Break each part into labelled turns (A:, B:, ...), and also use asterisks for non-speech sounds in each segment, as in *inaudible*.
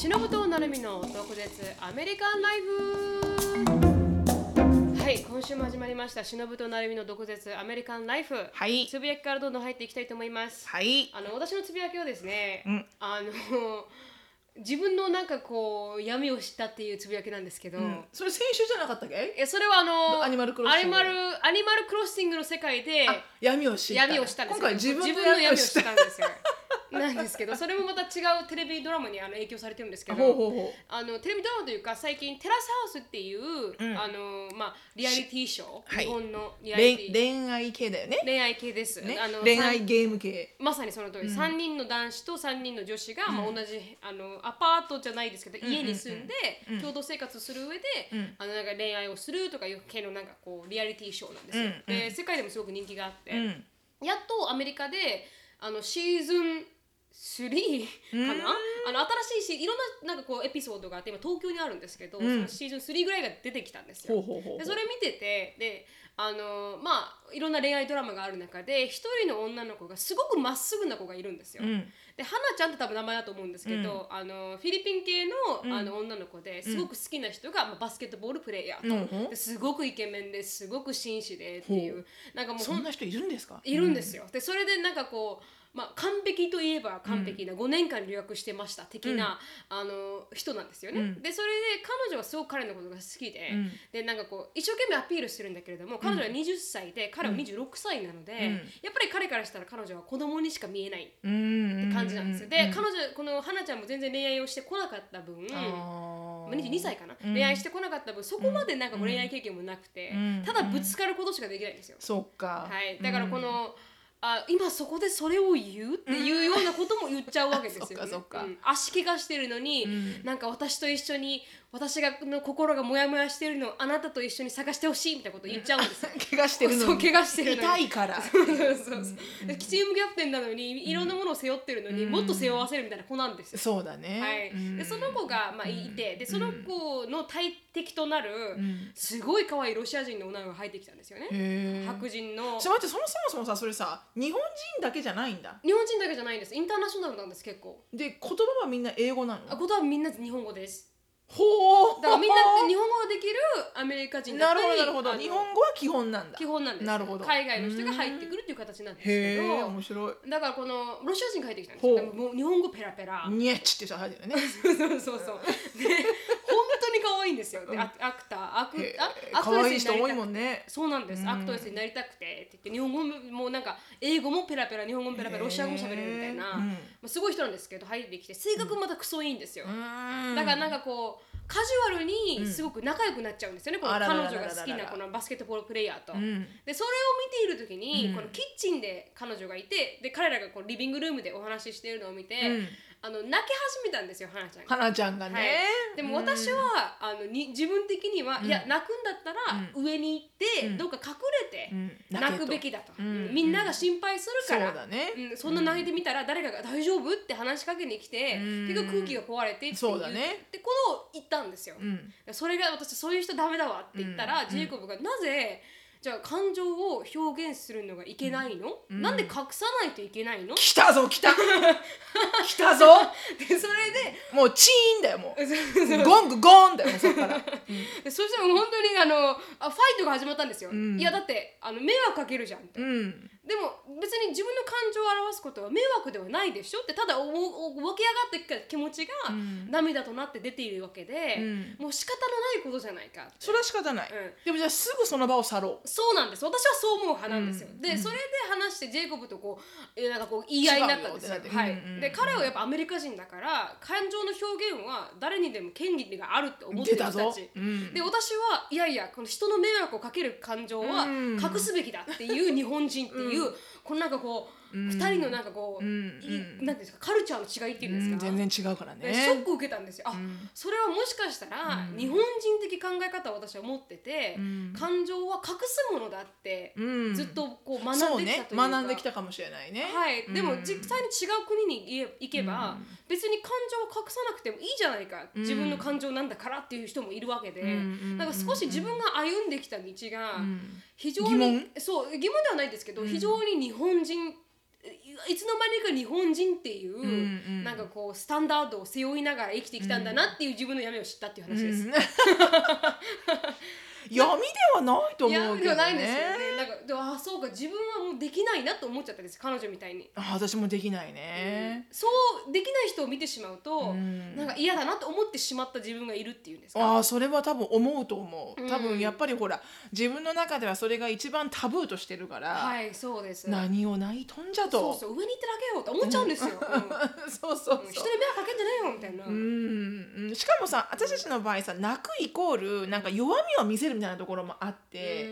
A: 忍となるみの特別アメリカンライフはい今週も始まりました忍となるみの毒舌アメリカンライフ
B: はい
A: つぶやきからどんどん入っていきたいと思います
B: はい
A: あの私のつぶやきはですね、
B: うん
A: あの自分のなんかこう闇を知ったっていうつぶやきなんですけど、
B: うんそれ先週じゃなかったっけ
A: えそれはあの
B: アニマルクロス
A: ア
B: シ
A: ニ
B: ング
A: マルアニマルクロッシングの世界で
B: あ闇を知った
A: 闇をしたんです
B: 今
A: よ
B: 回自分
A: 自
B: の
A: 分の闇を
B: 闇を知
A: し
B: った
A: たんですよなんですけどそれもまた違うテレビドラマにあの影響されてるんですけど
B: ほうほうほう
A: あのテレビドラマというか最近テラスハウスっていう、
B: ん
A: あのまあ、リアリティショー、
B: はい
A: 日本のリアリテ
B: 恋
A: ィ
B: 恋愛系だよね
A: 恋愛系です、
B: ね
A: あの
B: 恋愛ゲーム系
A: まさにその通り、3人の男子と3人の女子が、まあ、同じあのアパートじゃないですけど、家に住んで、共同生活する上で、
B: ん
A: あのなんか恋愛をするとかいう系のなんかこうリアリティショーなんですよ、
B: うんうん
A: で世界でもすごく人気があって、
B: うん
A: やっとアメリカであのシーズン3かなあの新しいしいろんななんかこうエピソードがあって今東京にあるんですけど、
B: ん
A: そのシーズン3ぐらいが出てきたんですよ。
B: ほうほうほう
A: でそれ見ててであのまあいろんな恋愛ドラマがある中で一人の女の子がすごくまっすぐな子がいるんですよ。
B: うん
A: で花ちゃんって多分名前だと思うんですけど、あのフィリピン系の,、あの女の子ですごく好きな人が、まあ、バスケットボールプレーヤーと、
B: うん
A: ですごくイケメンですごく紳士でっていう
B: ほ
A: なんかもう
B: そんな人いるんですか
A: いるんですよ。でそれでなんかこう、まあ、完璧といえば完璧な、5年間留学してました的な、あの人なんですよね。
B: うん
A: でそれで彼女はすごく彼のことが好きで、
B: うん
A: でなんかこう一生懸命アピールするんだけれども彼女は20歳で、彼は26歳なので、
B: ん
A: やっぱり彼からしたら彼女は子供にしか見えないっ
B: うん
A: て感じなんですよ。で
B: う
A: 彼女この花ちゃんも全然恋愛をしてこなかった分。
B: あ
A: ま
B: ー
A: あ22歳かな、
B: うん
A: 恋愛してこなかった分そこまでなんかこう恋愛経験もなくて、
B: うん
A: ただぶつかることしかできないんですよ。
B: そっか
A: はい、だからこの、あ今そこでそれを言うっていうようなことも言っちゃうわけですよ、ね
B: *laughs* あそっかそっか
A: うん足怪我してるのに、
B: ん
A: なんか私と一緒に私がの心がモヤモヤしてるのをあなたと一緒に探してほしいみたいなこと言っちゃうんですよ
B: 怪我 *laughs* してる
A: そ
B: の
A: う
B: に
A: 怪我してるのに
B: 痛いから
A: そうそうそうでチームキャプテンなのにいろんなものを背負ってるのに、
B: うん
A: もっと背負わせるみたいな子なんですよ、
B: *laughs* そうだね
A: はい、でその子が、まあ、いてでその子の大敵となる、
B: ん
A: すごい可愛いロシア人の女の子が入ってきたんですよね、
B: へえ
A: 白人の
B: ちょ待ってそもそもそもさそれさ日本人だけじゃないんだ
A: 日本人だけじゃないんですインターナショナルなんです結構
B: で言葉はみんな英語な
A: あ
B: の
A: 言葉はみんな日本語です
B: *laughs* ほう
A: だからみんな日本語ができるアメリカ人だ
B: な
A: っ
B: る
A: た
B: ほど
A: りあ
B: なるほど
A: の
B: 日本語は基本なんだ
A: 基本なんです
B: なるほど
A: 海外の人が入ってくるっていう形なんです
B: へ
A: け
B: え
A: ど
B: 面白い
A: だからこのロシア人が入ってきたんですよ
B: ほう
A: でももう日本語ペラペラ
B: ニエッチって人が入ってるよね
A: *laughs* そうそうそうで本当に可愛いんですよであアクターアク
B: へえ
A: あアク
B: 可
A: ト
B: 愛
A: レ
B: い
A: スにな
B: 人
A: り
B: 多
A: た
B: い
A: く
B: もんね
A: そうなんです、アクトレスになりたくてって言って日本語ももうなんか英語もペラペラ日本語もペラペラロシア語も喋れるみたいな、
B: へーうん
A: まあ、すごい人なんですけど入ってきて性格もまたクソいいんですよ、だ
B: だ
A: からなんかこうカジュアルにすごく仲良くなっちゃうんですよね、この
B: あらら
A: 彼
B: らら
A: 女が好きなこのバスケットボールプレイヤーと。
B: うん
A: でそれを見ている時に、
B: うん
A: このキッチンで彼女がいてで彼らがこうリビングルームでお話ししているのを見て、
B: うん
A: あの泣き始めたんですよ花ちゃんが。
B: 花ちゃんが
A: はい
B: ね
A: でも私は、あのに自分的には、いや泣くんだったら、上に行って、
B: うん
A: どっか隠れて、
B: うん
A: 泣くべ
B: だ
A: きだと、
B: うん
A: うんみんなが心配する
B: そ
A: か
B: う
A: ら
B: だね
A: うん、そんな泣いてみたら誰かが「大丈夫?」って話しかけに来て、
B: うん
A: 結局空気が壊れてっていう
B: そうだね
A: ってことを言ったんですよ、
B: うん
A: それが私そういう人ダメだわって言ったら、
B: うん
A: ジェイコブがなぜじゃあ感情を表現するのがいけないの、
B: うん
A: なんで隠さないといけないの、
B: 来たぞ
A: *laughs*
B: 来た来たぞ
A: でそれで
B: もうチーンだよもう
A: *laughs* そうそう
B: ゴングゴーンだよもうそ
A: *laughs*
B: っから
A: でそしたら本当にあのあファイトが始まったんですよ、
B: うん
A: いやだってあの迷惑かけるじゃんって、
B: うん
A: でも別に自分の感情を表すことは迷惑ではないでしょってただおお湧き上がってきた気持ちが
B: うん
A: 涙となって出ているわけで、
B: うん
A: もう仕方のないことじゃないかって
B: それは仕方ない
A: うん
B: でもじゃあすぐその場を去ろう
A: そうなんです私はそう思う派なんですよ、
B: うん
A: でそれで話してジェイコブとこうえなんかこう言い合いになったんですよ
B: 違うよってなっ
A: は
B: て
A: い、
B: うんうんうん
A: で彼はやっぱアメリカ人だから感情の表現は誰にでも権利があるって思って
B: 出
A: る人
B: た
A: たち
B: ぞうん
A: で私はいやいやこの人の迷惑をかける感情は
B: うん
A: 隠すべきだっていう日本人っていう、このなんかこう、
B: うん
A: 二人のなんかこう、
B: うん
A: いなんていうんですかカルチャーの違いっていうんですか、
B: うん全然違うからね
A: でショックを受けたんですよ。あ、
B: ん
A: それはもしかしたら、日本人的考え方を私は持ってて、
B: うん
A: 感情は隠すものだって、
B: うん
A: ずっとこう学
B: そ
A: ん
B: う
A: できた
B: ね
A: というか、
B: 学んできたかもしれないね
A: はい、でも
B: うん
A: 実際に違う国に行け行けば、別に感情を隠さなくてもいいじゃないか、
B: うん
A: 自分の感情なんだからっていう人もいるわけで、
B: うん
A: なんか少し自分が歩んできた道が
B: うん
A: 非常に、
B: 疑問
A: そう疑問ではないですけど、非常に日本人いつの間にか日本人っていう、
B: うんうん
A: なんかこうスタンダードを背負いながら生きてきたんだなっていう自分の闇を知ったっていう話です。
B: うん *laughs* 闇ではないと思う
A: 闇
B: け
A: が
B: ど
A: ないんですよね
B: ね。
A: なんかでもあそうか自分はもうできないなと思っちゃったんです彼女みたいに、
B: あ私もできないね。
A: そうできない人を見てしまうと、
B: うん
A: なんか嫌だなと思ってしまった自分がいるっていうんですか
B: ああそれは多分思うと思
A: うん
B: う多分やっぱりほら自分の中ではそれが一番タブーとしてるから、
A: はいそうです
B: 何をないとんじゃ
A: そう
B: と
A: そう上に行ってだけよって思っちゃうんですよ、うん
B: *laughs* そうそうそう
A: 人に迷惑かけんじゃねえよみたいな、
B: うんうんしかもさ私たちの場合さ泣くイコールなんか弱みを見せるみたいなところもあって、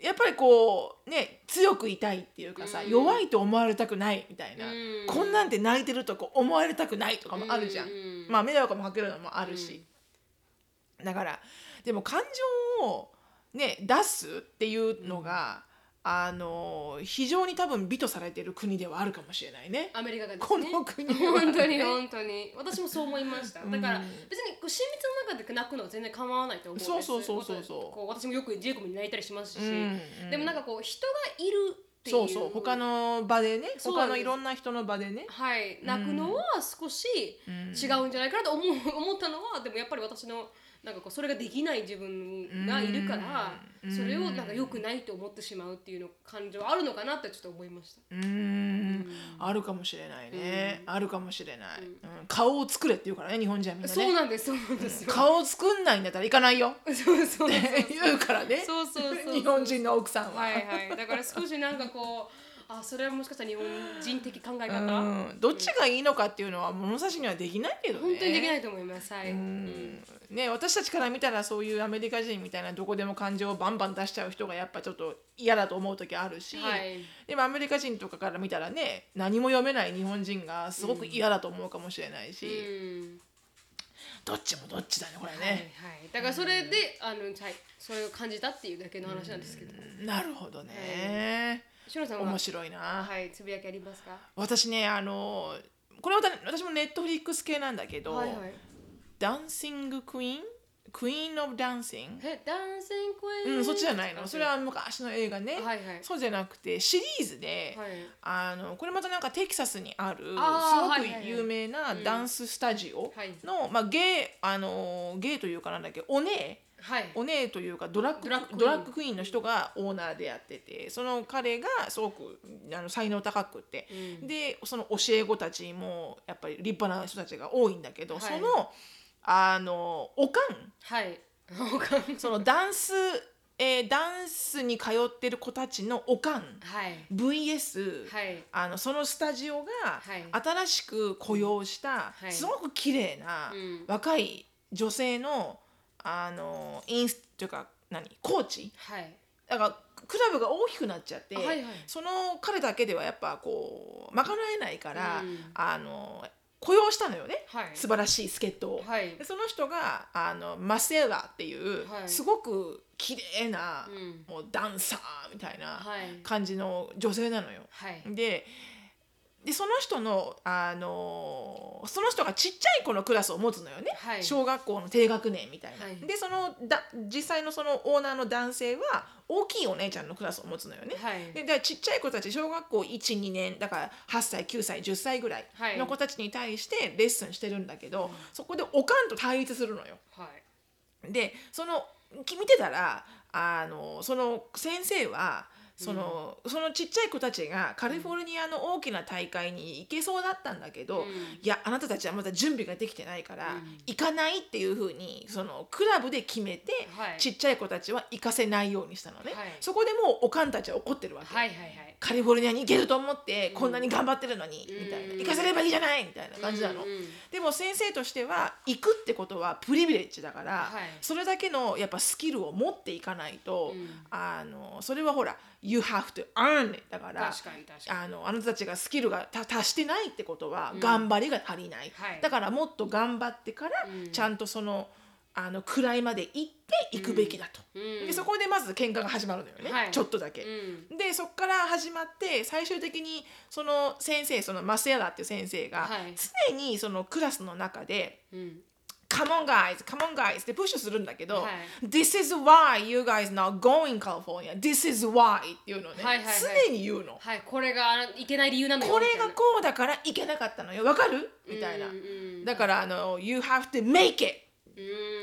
B: やっぱりこうね強くいたいっていうかさ、
A: うん
B: 弱いと思われたくないみたい
A: う
B: な、
A: ん
B: こんなんで泣いてるとこう思われたくないとかもあるじゃん、
A: うん
B: まあ迷惑もかけるのもあるし、だからでも感情をね出すっていうのが、あの非常に多分美とされてる国ではあるかもしれないね。
A: アメリカがです
B: こ
A: ね
B: の国は
A: 本当に *laughs* 本当に私もそう思いましただ
B: ん
A: から別にこう親密の中で泣くのは全然構わないと思うんです
B: そうそうそうそうそう
A: こう私もよくジェイコブに泣いたりしますし、
B: うんうん
A: でもなんかこう人がいるっていう
B: そうそう他の場でね
A: そうな
B: 他
A: んです
B: のいろんな人の場でね、
A: はい泣くのは少し
B: うん
A: 違うんじゃないかなと思う思ったのはでもやっぱり私のなんかこうそれができない自分がいるから
B: うん
A: それをなんか良くないと思ってしまうっていうの感情はあるのかなってちょっと思いました。
B: うーんあるかもしれないね、あるかもしれない、
A: うん
B: うん顔を作れって言うからね日本人はみんな
A: そう
B: ね
A: なんですそうなんですよ。
B: 顔を作んないんだったら行かないよ
A: そうそうそう。
B: って言うからね
A: そうそうそう
B: 日本人の奥さんは、
A: はいはい。だから少しなんかこうあそれはもしかしたら日本人的考え方、
B: うん、どっちがいいのかっていうのは物差しにはできないけどね
A: 本当にできないと思います。はい。
B: うんね、私たちから見たらそういうアメリカ人みたいなどこでも感情をバンバン出しちゃう人がやっぱちょっと嫌だと思う時あるし、
A: はい
B: でもアメリカ人とかから見たらね何も読めない日本人がすごく嫌だと思うかもしれないし、
A: うん
B: どっちもどっちだねこれ
A: はいはい
B: ね、、
A: だからそれで、あのはいそれを感じたっていうだけの話なんですけど、
B: なるほどね、
A: しのさんは
B: 面白いな、
A: はいつぶやきありますか？
B: 私ねあのこれは私もネットフリックス系なんだけど、
A: はいはい。
B: ダンシングクイーンクイーン・オブ・ダンシング
A: えダンシングクイーン。
B: うん、そっちじゃないのそれは昔の映画ね、
A: はいはい
B: そうじゃなくてシリーズで、
A: はい
B: あのこれまたなんかテキサスにある
A: あー
B: す
A: はい
B: ご
A: は
B: く
A: い
B: 有名な
A: うん
B: ダンススタジオ
A: はい
B: の、まあ、ゲイあのゲイというかなんだっけお姉
A: はい。
B: お姉というかドラッグ
A: ドラッグクイーン
B: ドラッグクイーンの人がオーナーでやっててその彼がすごくあの才能高くて、
A: うん
B: でその教え子たちもやっぱり立派な人たちが多いんだけど、
A: はい
B: そのあのおかん
A: はい。 *laughs* おかん。
B: そのダンス、えーダンスに通ってる子たちのおかん
A: はい
B: VS、
A: はい
B: あのそのスタジオが
A: はい
B: 新しく雇用した、
A: い
B: すごく綺麗な
A: うん
B: 若い女性のあのインスというか何コーチ
A: はい。
B: だからクラブが大きくなっちゃって、
A: はいはい
B: その彼だけではやっぱこう賄えないから、
A: うん
B: あの雇用したのよね、
A: はい
B: 素晴らしい助っ人を。
A: はい
B: で。その人があのマセラっていう、
A: はい
B: すごく綺麗な、
A: うん
B: もうダンサーみたいな
A: はい
B: 感じの女性なのよ。
A: はい。
B: ででその人の、あのその人がちっちゃい子のクラスを持つのよね、
A: はい
B: 小学校の低学年みたいな。
A: はい
B: でそのだ実際のそのオーナーの男性は大きいお姉ちゃんのクラスを持つのよね。
A: はい
B: でだからちっちゃい子たち小学校12年だから8歳9歳10歳ぐらいの子たちに対してレッスンしてるんだけど、そこでおかんと対立するのよ。
A: はい。
B: でそのき見てたらあのその先生はその,、そのちっちゃい子たちがカリフォルニアの大きな大会に行けそうだったんだけ
A: う
B: ど、
A: ん
B: いやあなたたちはまだ準備ができてないから、
A: うん
B: 行かないっていうふうにそのクラブで決めて、
A: はい
B: ちっちゃい子たちは行かせないようにしたのね、
A: はい
B: そこでもうおかんたちは怒ってるわけ、
A: はいはいはい。
B: カリフォルニアに行けると思ってこんなに頑張ってるのに、みたいな
A: うん
B: 行かせればいいじゃないみたいな感じなの、
A: うんうん
B: でも先生としては行くってことはプリビレッジだから、
A: はい
B: それだけのやっぱスキルを持っていかないと、
A: うん
B: あのそれはほら「you have to earn it」だから
A: 確かに確かに。
B: あのあなたたちがスキルがた達してないってことは頑張りが足りない、
A: はい
B: だからもっと頑張ってから
A: うん
B: ちゃんとそのあの位まで行って行くべきだと、
A: うん
B: でそこでまず喧嘩が始まるのよね、
A: はい
B: ちょっとだけ。
A: うん
B: でそこから始まって最終的にその先生そのマスヤラっていう先生が
A: はい
B: 常にそのクラスの中で
A: うん
B: Come on guys, come on guys ってプッシュするんだけど、
A: は
B: This is why you guys not going California. This is why っていうのをね、
A: はいはいはい
B: 常に言うの。
A: はいこれがいけない理由なのよ
B: これが
A: み
B: こうだから行けなかったのよ。わかるみた
A: た
B: い
A: い
B: な
A: な。うん
B: だからあの、You have to make it.
A: う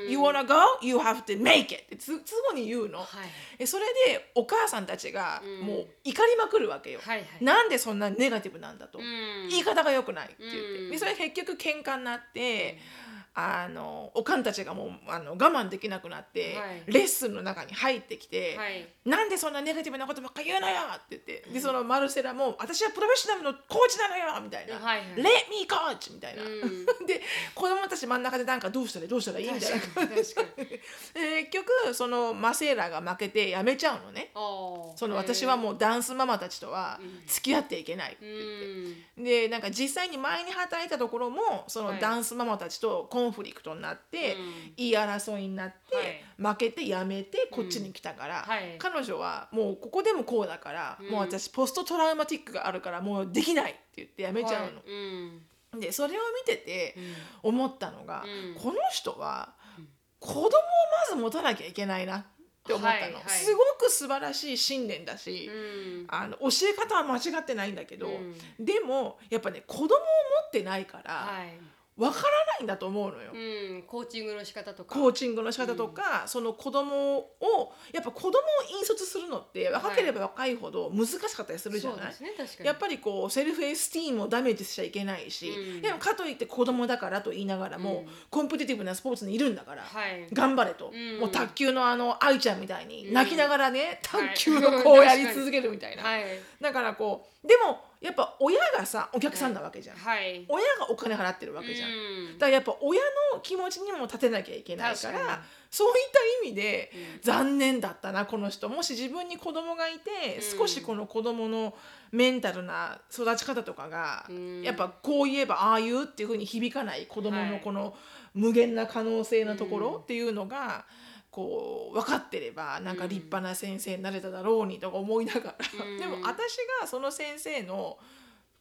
A: ん
B: You wanna go? You have to make it. ってつ常に言うの。
A: はい
B: えそれでお母さんたちが
A: うん
B: もう怒りまくるわけよ。
A: はいはい
B: なんでそんなネガティブなんだと。
A: うん
B: 言い方が良くないって言って、
A: うん
B: でそれ結局喧嘩になって、あのおかんたちがもうあの我慢できなくなって、
A: はい
B: レッスンの中に入ってきて、
A: はい
B: なんでそんなネガティブなことばっか言うのよって言ってでそのマルセラも私はプロフェッショナルのコーチなのよみたいな、
A: はいはい
B: Let me coach みたいな、
A: うん
B: で子供たち真ん中でなんかどうしたらいいどうした *laughs* らいいみたいな
A: 確かに確かに
B: *laughs* で結局そのマセーラが負けてやめちゃうのね
A: ああ
B: その私はもうダンスママたちとは付き合っていけないって
A: う
B: 言って。
A: ん
B: でなんか実際に前に働いたところもそ
A: は
B: の
A: い
B: ダンスママたちとコンフリクトになって、い、言い争いになって、負けてやめてこっちに来たから、
A: はい
B: 彼女はもうここでもこうだから、
A: うん
B: もう私ポストトラウマティックがあるからもうできないって言ってやめちゃうの。
A: はいうん
B: でそれを見てて
A: うん
B: 思ったのが、
A: うん
B: この人は
A: うん
B: 子供をまず持たなきゃいけないなって思ったの。
A: はいはい
B: すごく素晴らしい信念だし、
A: うん
B: あの教え方は間違ってないんだけど。
A: うん
B: でもやっぱね子供を持ってないから
A: はい
B: わからないんだと思うのよ。
A: うんコーチングの仕方とか
B: コーチングの仕方とか、その子供をやっぱ子供を引率するのって若ければ若いほど難しかったりするじゃない、
A: そうですね確かに
B: やっぱりこうセルフエスティーンもダメージしちゃいけないし、
A: うん
B: でもかといって子供だからと言いながらも、
A: うん
B: コンペティティブなスポーツにいるんだから、
A: はい
B: 頑張れと、
A: うん
B: もう卓球のあの愛ちゃんみたいに
A: うん
B: 泣きながらね、
A: はい
B: 卓球をこうやり続けるみたいな、
A: はい
B: だからこうでもやっぱ親がさお客さんなわけじゃん、
A: はい
B: 親がお金払ってるわけじゃん。だ
A: うん
B: からやっぱ親の気持ちにも立てなきゃいけないから
A: 確かに
B: そういった意味で
A: うん
B: 残念だったなこの人もし自分に子供がいて、
A: うん
B: 少しこの子供のメンタルな育ち方とかが、
A: うん
B: やっぱこう言えばああ言うっていうふうに響かない子供
A: は
B: の
A: い
B: この無限な可能性なとこ
A: うん
B: ろっていうのが、こう分かってればなんか立派な先生になれただろうにとか思いながら、
A: うん
B: でも私がその先生の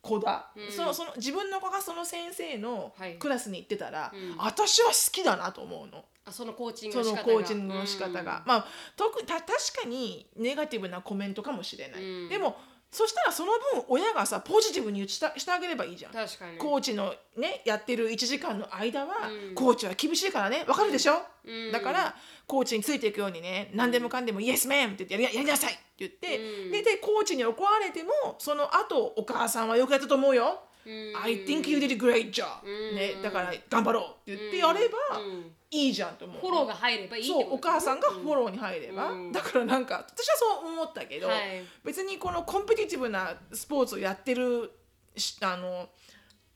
B: 子だ、
A: うん
B: そのその自分の子がその先生の
A: はい
B: クラスに行ってたら、
A: うん
B: 私は好きだなと思うの。
A: あそのコーチング
B: そ
A: の仕
B: の
A: 方が
B: コーチングの仕方が、まあ特にた確かにネガティブなコメントかもしれない、
A: うん
B: でもそしたらその分親がさポジティブにしたしてあげればいいじゃん
A: うん確かに
B: コーチのねやってる1時間の間は、
A: うん
B: コーチは厳しいからねわかるでしょ、
A: うん
B: だからコーチについていくようにね何でもかんでも「イエスメン!」って言ってやり「やりなさい!」って言って、
A: うん
B: ででコーチに怒られてもその後お母さんはよくやったと思うよ。
A: うん
B: I think you did a great job、
A: うん
B: ね、だから頑張ろうって言ってやれば
A: うん
B: いいじゃんと思う。
A: フォローが入ればいいってこ
B: そ
A: と
B: うお母さんがフォローに入れば、
A: うん
B: だからなんか私はそう思ったけど、
A: はい
B: 別にこのコンペティティブなスポーツをやってるしあの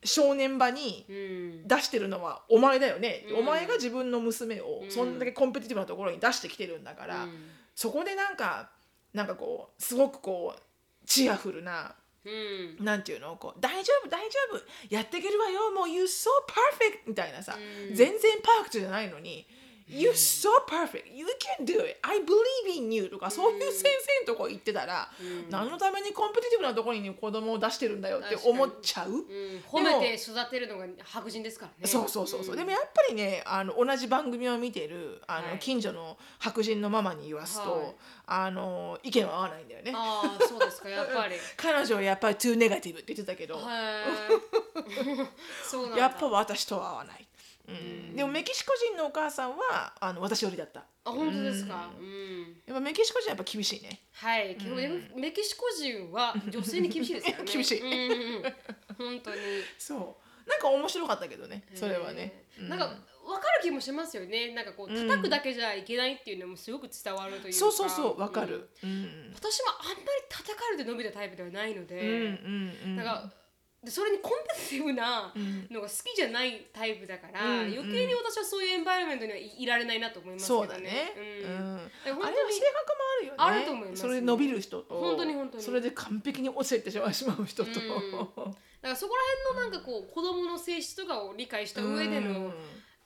B: 少年場に
A: うん
B: 出してるのはお前だよね、
A: うん
B: お前が自分の娘を
A: うん
B: そんだけコンペティティブなところに出してきてるんだから、
A: うん
B: そこでなんかなんかこうすごくこうチアフルな
A: うん
B: なんていうのこう大丈夫大丈夫やっていけるわよもう You're so perfect みたいなさ、
A: うん
B: 全然パーフェクトじゃないのに、You're so perfect you can do it I believe in you とかそういう先生のとこ行ってたら、
A: うん
B: 何のためにコンペティティブなところに子供を出してるんだよって
A: 確かに
B: 思っちゃう、
A: うん褒めて育てるのが白人ですからね
B: そうそうそうそう、
A: ん
B: でもやっぱりねあの同じ番組を見てるあの、
A: はい
B: 近所の白人のママに言わすと、
A: はい
B: あの意見は合わないんだよね
A: ああそうですかやっぱりへ
B: 彼女はやっぱり too negative って言ってたけど、
A: ー
B: *laughs*
A: そうなんだ
B: やっぱ私とは合わない、うん
A: うん
B: でもメキシコ人のお母さんはあの私よりだった
A: あ本当ですかうん
B: やっぱメキシコ人はやっぱ厳しいね
A: はい、基本的にメキシコ人は女性に厳しいですからね。
B: *laughs* 厳しい
A: うんうんうん本当に。
B: そうなんか面白かったけどねそれはね、
A: えーなんか分かる気もしますよね。なんかこう叩くだけじゃいけないっていうのもすごく伝わるというか。
B: そうそうそうわ
A: う
B: か
A: ん
B: る、うん、
A: 私はあんまり叩かれて伸びたタイプではないの
B: うんうん
A: で、
B: うん
A: なんかでそれにコンペティティブな
B: うん
A: のが好きじゃないタイプだから、
B: うん
A: 余計に私はそういうエンバイロメントにはいいられないなと思いますけど
B: そ
A: ね。
B: うだね、うん
A: うん
B: あ
A: だから
B: れ
A: 本
B: は性格も
A: 当に
B: あるよね
A: あると思います
B: それで伸びる人と
A: 本当に本当に
B: それで完璧に落ちていってしまう人と、
A: うんだからそこら辺のなんかこう子供の性質とかを理解した上での、
B: うん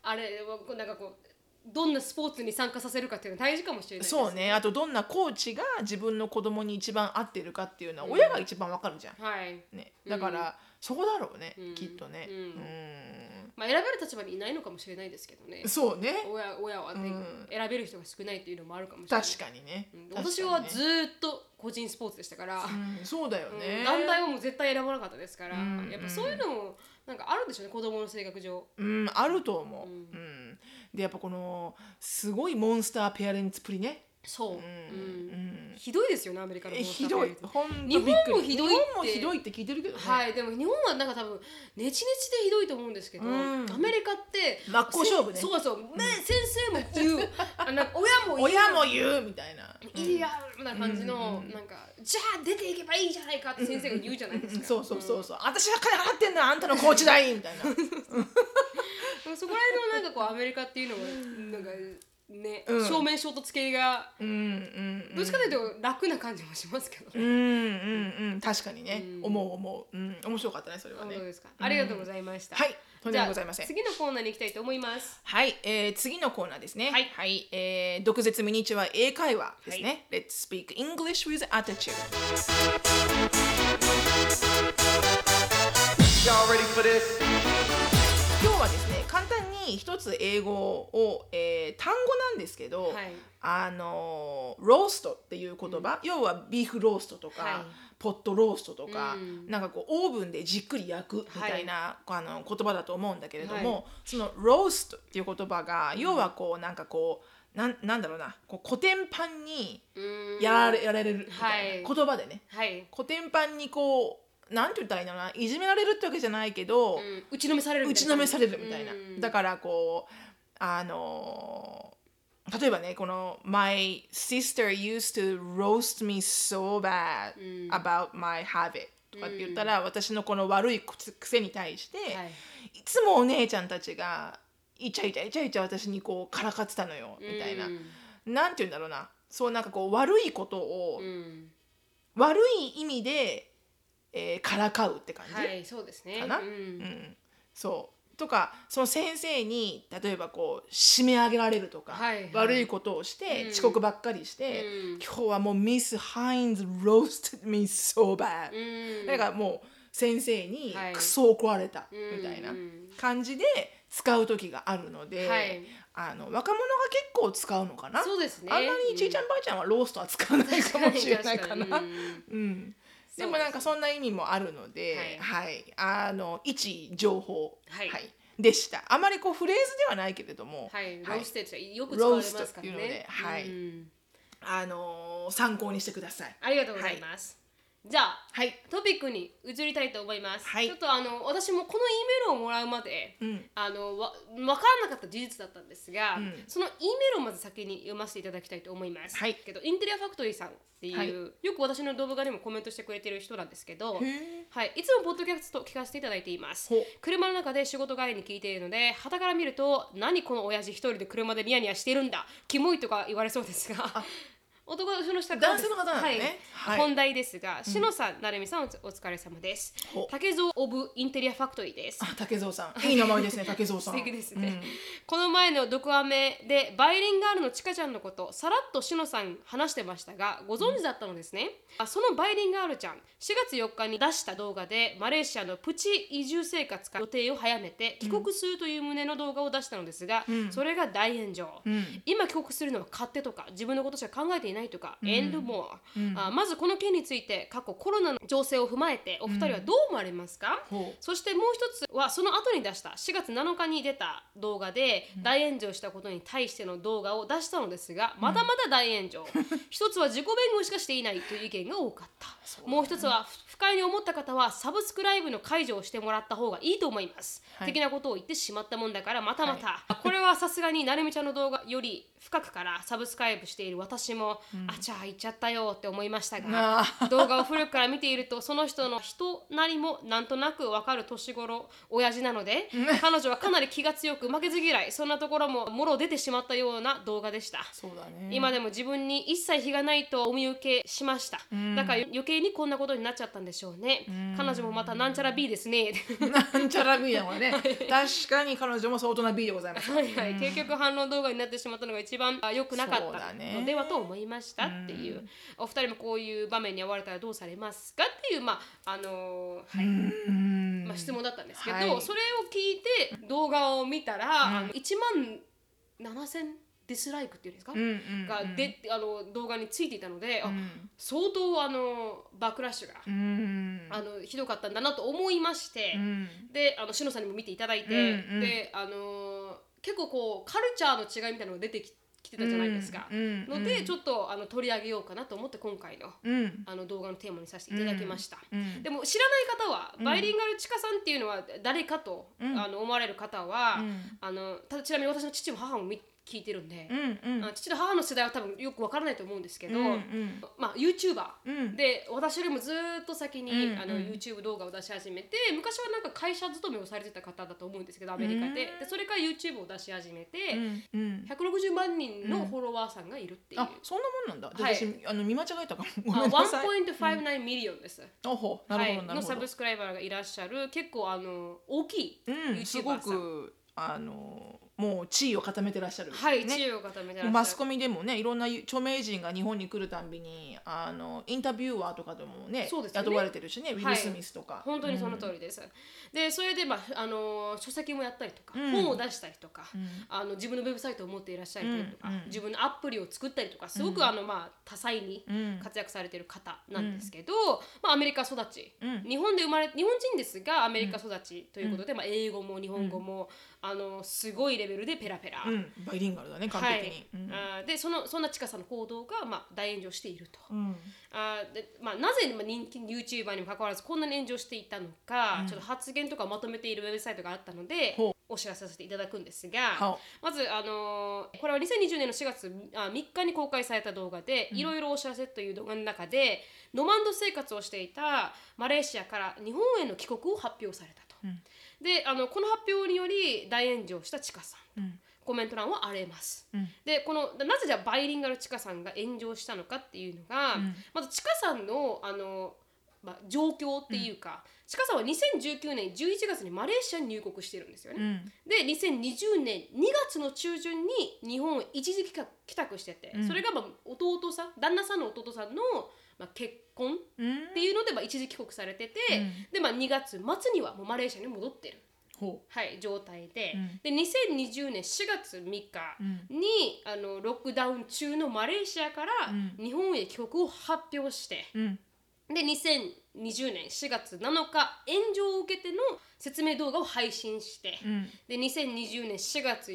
A: あれはこうなんかこうどんなスポーツに参加させるかっていうのは大事かもしれないです
B: そうねあとどんなコーチが自分の子供に一番合ってるかっていうのは親が一番わかるじゃん、
A: はい
B: ね、だから、そこだろうね、
A: うん
B: きっとね、
A: う
B: うんん
A: ままあ、選べる立場にいないのかもしれないですけどね
B: そうね
A: 親親は、ね
B: うん
A: 選べる人が少ないっていうのもあるかもしれない
B: 確かにね
A: うん
B: 確かに
A: 私
B: ね
A: はずーっと個人スポーツでしたから、
B: うんそうだよね、
A: うん団体はもう絶対選ばなかったですから、
B: うん
A: やっぱそういうのもなんかあるんでしょうね子供の性格上
B: うんあると思う、う
A: うんん
B: でやっぱこのすごいモンスターペアレンツプリね、
A: そう、
B: うんうん
A: ひどいですよねアメリカの
B: え
A: モンスター
B: ひ
A: ペア
B: ど
A: レン
B: い
A: ツ
B: ほんとびっくり
A: 日本もひどいって
B: 日本もひどいって聞いてるけどね、
A: はいでも日本はなんか多分ネチネチでひどいと思うんですけど、
B: うん
A: アメリカって
B: 真っ向勝負ね
A: せそうそう、ね先生も言うあなんか親も言う
B: 親も言うみたいな、
A: いやみたいな感じの、
B: うん
A: なんかじゃあ出ていけばいいじゃないかって先生が言うじゃないですか、
B: そうそうそううそう、私は金払ってんだあんたのコーチ代みたいな、
A: んそこら辺のなんかこうアメリカっていうのもなんかね、
B: うん
A: 正面衝突系が
B: うんうんうん、
A: どっちかというと楽な感じもしますけど
B: うんうんうん確かにね、
A: うん
B: 思う思う、うん、面白かったねそれは
A: あ
B: ね
A: そうですかありがとうございました、
B: はいとん
A: じ
B: で
A: ゃ
B: も
A: あ
B: ございません
A: 次のコーナーに行きたいと思います
B: はい、えー、次のコーナーですね。
A: はい
B: えー、毒舌ミニチュア英会話ですね。Let's speak English with attitude。
C: Y'all ready for this?
B: 今日はですね、簡単に一つ英語を、えー、単語なんですけど、
A: はい
B: あのーローストっていう言葉、要はビーフローストとか、
A: はい
B: ポットローストとか、
A: うん
B: なんかこうオーブンでじっくり焼くみたいな、あの言葉だと思うんだけれども、
A: は
B: そのローストっていう言葉が要はこうなんかこうなんなんだろうなこう古典版に
A: うーん
B: やられやられるみたいな、
A: はい
B: 言葉でね
A: はい、
B: 古典版にこうなんて言ったらいいのかないじめられるってわけじゃないけど、
A: うん、打ちのめされる
B: 打
A: みた
B: ち
A: いな
B: のめ
A: 感
B: さ
A: じ
B: れるみたいな、
A: うん
B: だからこうあのー例えばねこの「My sister used to roast me so bad
A: ん
B: about my habit」とかって言ったら、私のこの悪い癖癖に対して、
A: はい
B: い、つもお姉ちゃんたちがイチャイチャイチャイチャ私にこうからかってたのよみたいな、
A: うん
B: なんて言うんだろうなそうなんかこう悪いことを、
A: うん
B: 悪い意味で、えーからかうって感じ、
A: はいそうですね
B: かな
A: うん
B: うん、そうとかその先生に例えばこう締め上げられるとか、
A: はいはい
B: 悪いことをして、
A: うん
B: 遅刻ばっかりして、
A: うん
B: 今日はもうミス・ハインズ・ロースト・ミス・ソーバー、
A: うん
B: だからもう先生に
A: はい
B: クソ怒られた、
A: うん
B: みたいな
A: うん
B: 感じで使う時があるので、
A: はい
B: あの若者が結構使うのかな、
A: そうですね
B: あんまりちいちゃんばあちゃんはローストは使わないかもしれないかな。
A: 確にうん
B: うん、でも
A: そうです
B: なんかそんな意味もあるので、はい、あの一情報、
A: はい
B: でした。あまりこうフレーズではないけれども、
A: はいローステージはよく使わ
B: ロー
A: れ
B: ス
A: ま
B: ト
A: す
B: っ
A: か
B: てい
A: ら
B: うので、
A: ね
B: はい、
A: うん
B: あのー参考にしてください。
A: ありがとうございますじゃあ
B: はい、
A: トピックに移りたいと思います、
B: はい
A: ちょっとあの私もこの E メールをもらうまで、
B: うん
A: あのわ分からなかった事実だったんですが、
B: うん
A: その E メールをまず先に読ませていただきたいと思います、
B: はい
A: けどインテリアファクトリーさんっていう、
B: はい
A: よく私の動画でもコメントしてくれてる人なんですけど
B: へー
A: はい、いつもポッドキャスト聞かせていただいています
B: ほう
A: 車の中で仕事帰りに聞いているので傍から見ると何この親父一人で車でニヤニヤしているんだキモいとか言われそうですが男の人の下から
B: 男性の方なんだね
A: はい
B: はい
A: 本題ですが篠さん、成美さんおお疲れ様です
B: ほう
A: 竹蔵オブインテリアファクトリーです
B: あ、竹蔵さん、いい名前ですね、竹蔵さん。
A: *laughs* 素敵ですね、この前の「毒アメ」でバイリンガールのちかちゃんのことさらっとしのさん話してましたがご存知だったのですね、あそのバイリンガールちゃん4月4日に出した動画でマレーシアのプチ移住生活から予定を早めて帰国するという旨の動画を出したのですが、それが大炎上、
B: うん
A: 今帰国するのは勝手とか自分のことしか考えていないとか、and more、あまずこの件について過去コロナの情勢を踏まえてお二人はどう思われますか、
B: うんほう
A: そしてもう一つはその後に出した4月7日に出た動画で大炎上したことに対しての動画を出したのですがまだまだ大炎
B: *laughs*
A: 上、一つは自己弁護しかしていないという意見が多かった、もう一つは不快に思った方はサブスクライブの解除をしてもらった方がいいと思います、
B: はい
A: 的なことを言ってしまったもんだからまたまた、 *laughs* これはさすがになるみちゃんの動画より深くからサブスクライブしている私も、あちゃあ行っちゃったよって思いましたが
B: あー
A: 動画を古くから見ているとその人の人なりもなんとなくわかる年頃親父なので彼女はかなり気が強く負けず嫌いそんなところももろ出てしまったような動画でした。
B: そうだね。
A: 今でも自分に一切非がないとお見受けしました、だから余計にこんなことになっちゃったんでしょうね、彼女もまたなんちゃら B ですね
B: *laughs* なんちゃら B だもんね。確かに彼女も相当な B でございます。
A: はいはい、 *laughs* 結局反論動画になってしまったのが一番あ良くなかっ
B: そうだ
A: た
B: ね
A: のではと思いましたっていうお二人もこういう場面に遭われたらどうされますかっていうまああのーはい、
B: うんうん
A: まあ、質問だったんですけど、
B: はい
A: それを聞いて動画を見たら、
B: うん
A: 1万7000ディスライクっていうんですか、
B: うんうん
A: がであの動画についていたので、
B: う
A: あ
B: ん
A: 相当あのバックラッシュが、
B: うん
A: あのひどかったんだなと思いまして、
B: うん
A: であのしのさんにも見ていただいて、
B: うんうん
A: であのー結構こうカルチャーの違いみたいなのが出てききてたじゃないですか。
B: うんうん
A: のでちょっとあの取り上げようかなと思って今回の
B: うん
A: あの動画のテーマにさせていただきました。
B: うん
A: でも知らない方は
B: うん
A: バイリンガルチカさんっていうのは誰かと、
B: うん
A: あの思われる方は、
B: うん
A: あのただちなみに私の父も母も見聞いてるんで
B: う、んうん
A: あの父と母の世代は多分よくわからないと思うんですけど、
B: うんうん
A: まあ YouTuber
B: うん
A: で私よりもずっと先に、
B: うん
A: あの
B: うん
A: YouTube 動画を出し始めて昔はなんか会社勤めをされてた方だと思うんですけどアメリカで,、
B: うん
A: でそれから YouTube を出し始めて、
B: うんうん
A: 160万人のフォロワーさんがいるっていう、
B: あそんなもんなんだ
A: はい
B: 私あの見間違えたかもご
A: あ
B: めんなさい
A: 1.59ミリオンです、
B: おほな
A: は
B: る
A: い
B: ほどな
A: の
B: るほ
A: サ
B: ど
A: ブスクライバーがいらっしゃる結構あの大きい、
B: うんすご
A: YouTuber さん
B: くあのもう地位を固めてらっしゃる
A: はい
B: ね
A: 地位を固めてらっしゃる
B: マスコミでもねいろんな著名人が日本に来るたんびにあのインタビューアーとかでもね
A: そうですよね
B: 雇われてるしねウィ
A: は
B: ル・
A: い
B: スミスとか、
A: 本当にその通りです、でそれで、まああの書籍もやったりとか、
B: うん
A: 本を出したりとか、
B: うん
A: あの自分のウェブサイトを持っていらっしゃるとか、
B: うんうん
A: 自分のアプリを作ったりとかすごく、あのまあ、多彩に
B: うん
A: 活躍されてる方なんですけど、まあ、アメリカ育ち、
B: うん
A: 日本で生まれ日本人ですがアメリカ育ちということで、まあ、英語も日本語も、あのすごいレベルでペラペラ。
B: うんバイリンガルだね完
A: は
B: 璧
A: い
B: に、うん
A: あーでそのそんなちかさんの行動が、まあ、大炎上していると、
B: うん
A: あーでまあ、なぜ、まあ、人気 YouTuber にもかかわらずこんなに炎上していたのか、
B: うん
A: ちょっと発言とかをまとめているウェブサイトがあったので
B: ほ
A: お知らせさせていただくんですが、
B: は
A: まず、あのーこれは2020年の4月あ3日に公開された動画で「いろいろお知らせ」という動画の中でノマンド生活をしていたマレーシアから日本への帰国を発表されたと。
B: うん
A: であのこの発表により大炎上したチカさん
B: うん
A: コメント欄は荒れます。
B: うん
A: でこのなぜじゃあバイリンガルチカさんが炎上したのかっていうのが、
B: うん
A: まずチカさんのあの、まあ、状況っていうか、チカさんは2019年11月にマレーシアに入国してるんですよね。
B: うん
A: で2020年2月の中旬に日本を一時帰宅帰宅してて、
B: うん
A: それがまあ弟さん旦那さんの弟さんの、まあ、結婚っ
B: うん
A: ていうのでまあ一時帰国されてて、
B: うん
A: で、まあ、2月末にはもうマレーシアに戻ってる、
B: ほ
A: はい、状態で,、
B: うん
A: で2020年4月3日
B: ううん
A: にあのロックダウン中のマレーシアから
B: うん
A: 日本へ帰国を発表して、
B: うん
A: で2020年4月7日炎上を受けての説明動画を配信して。
B: う
A: で2020年4月8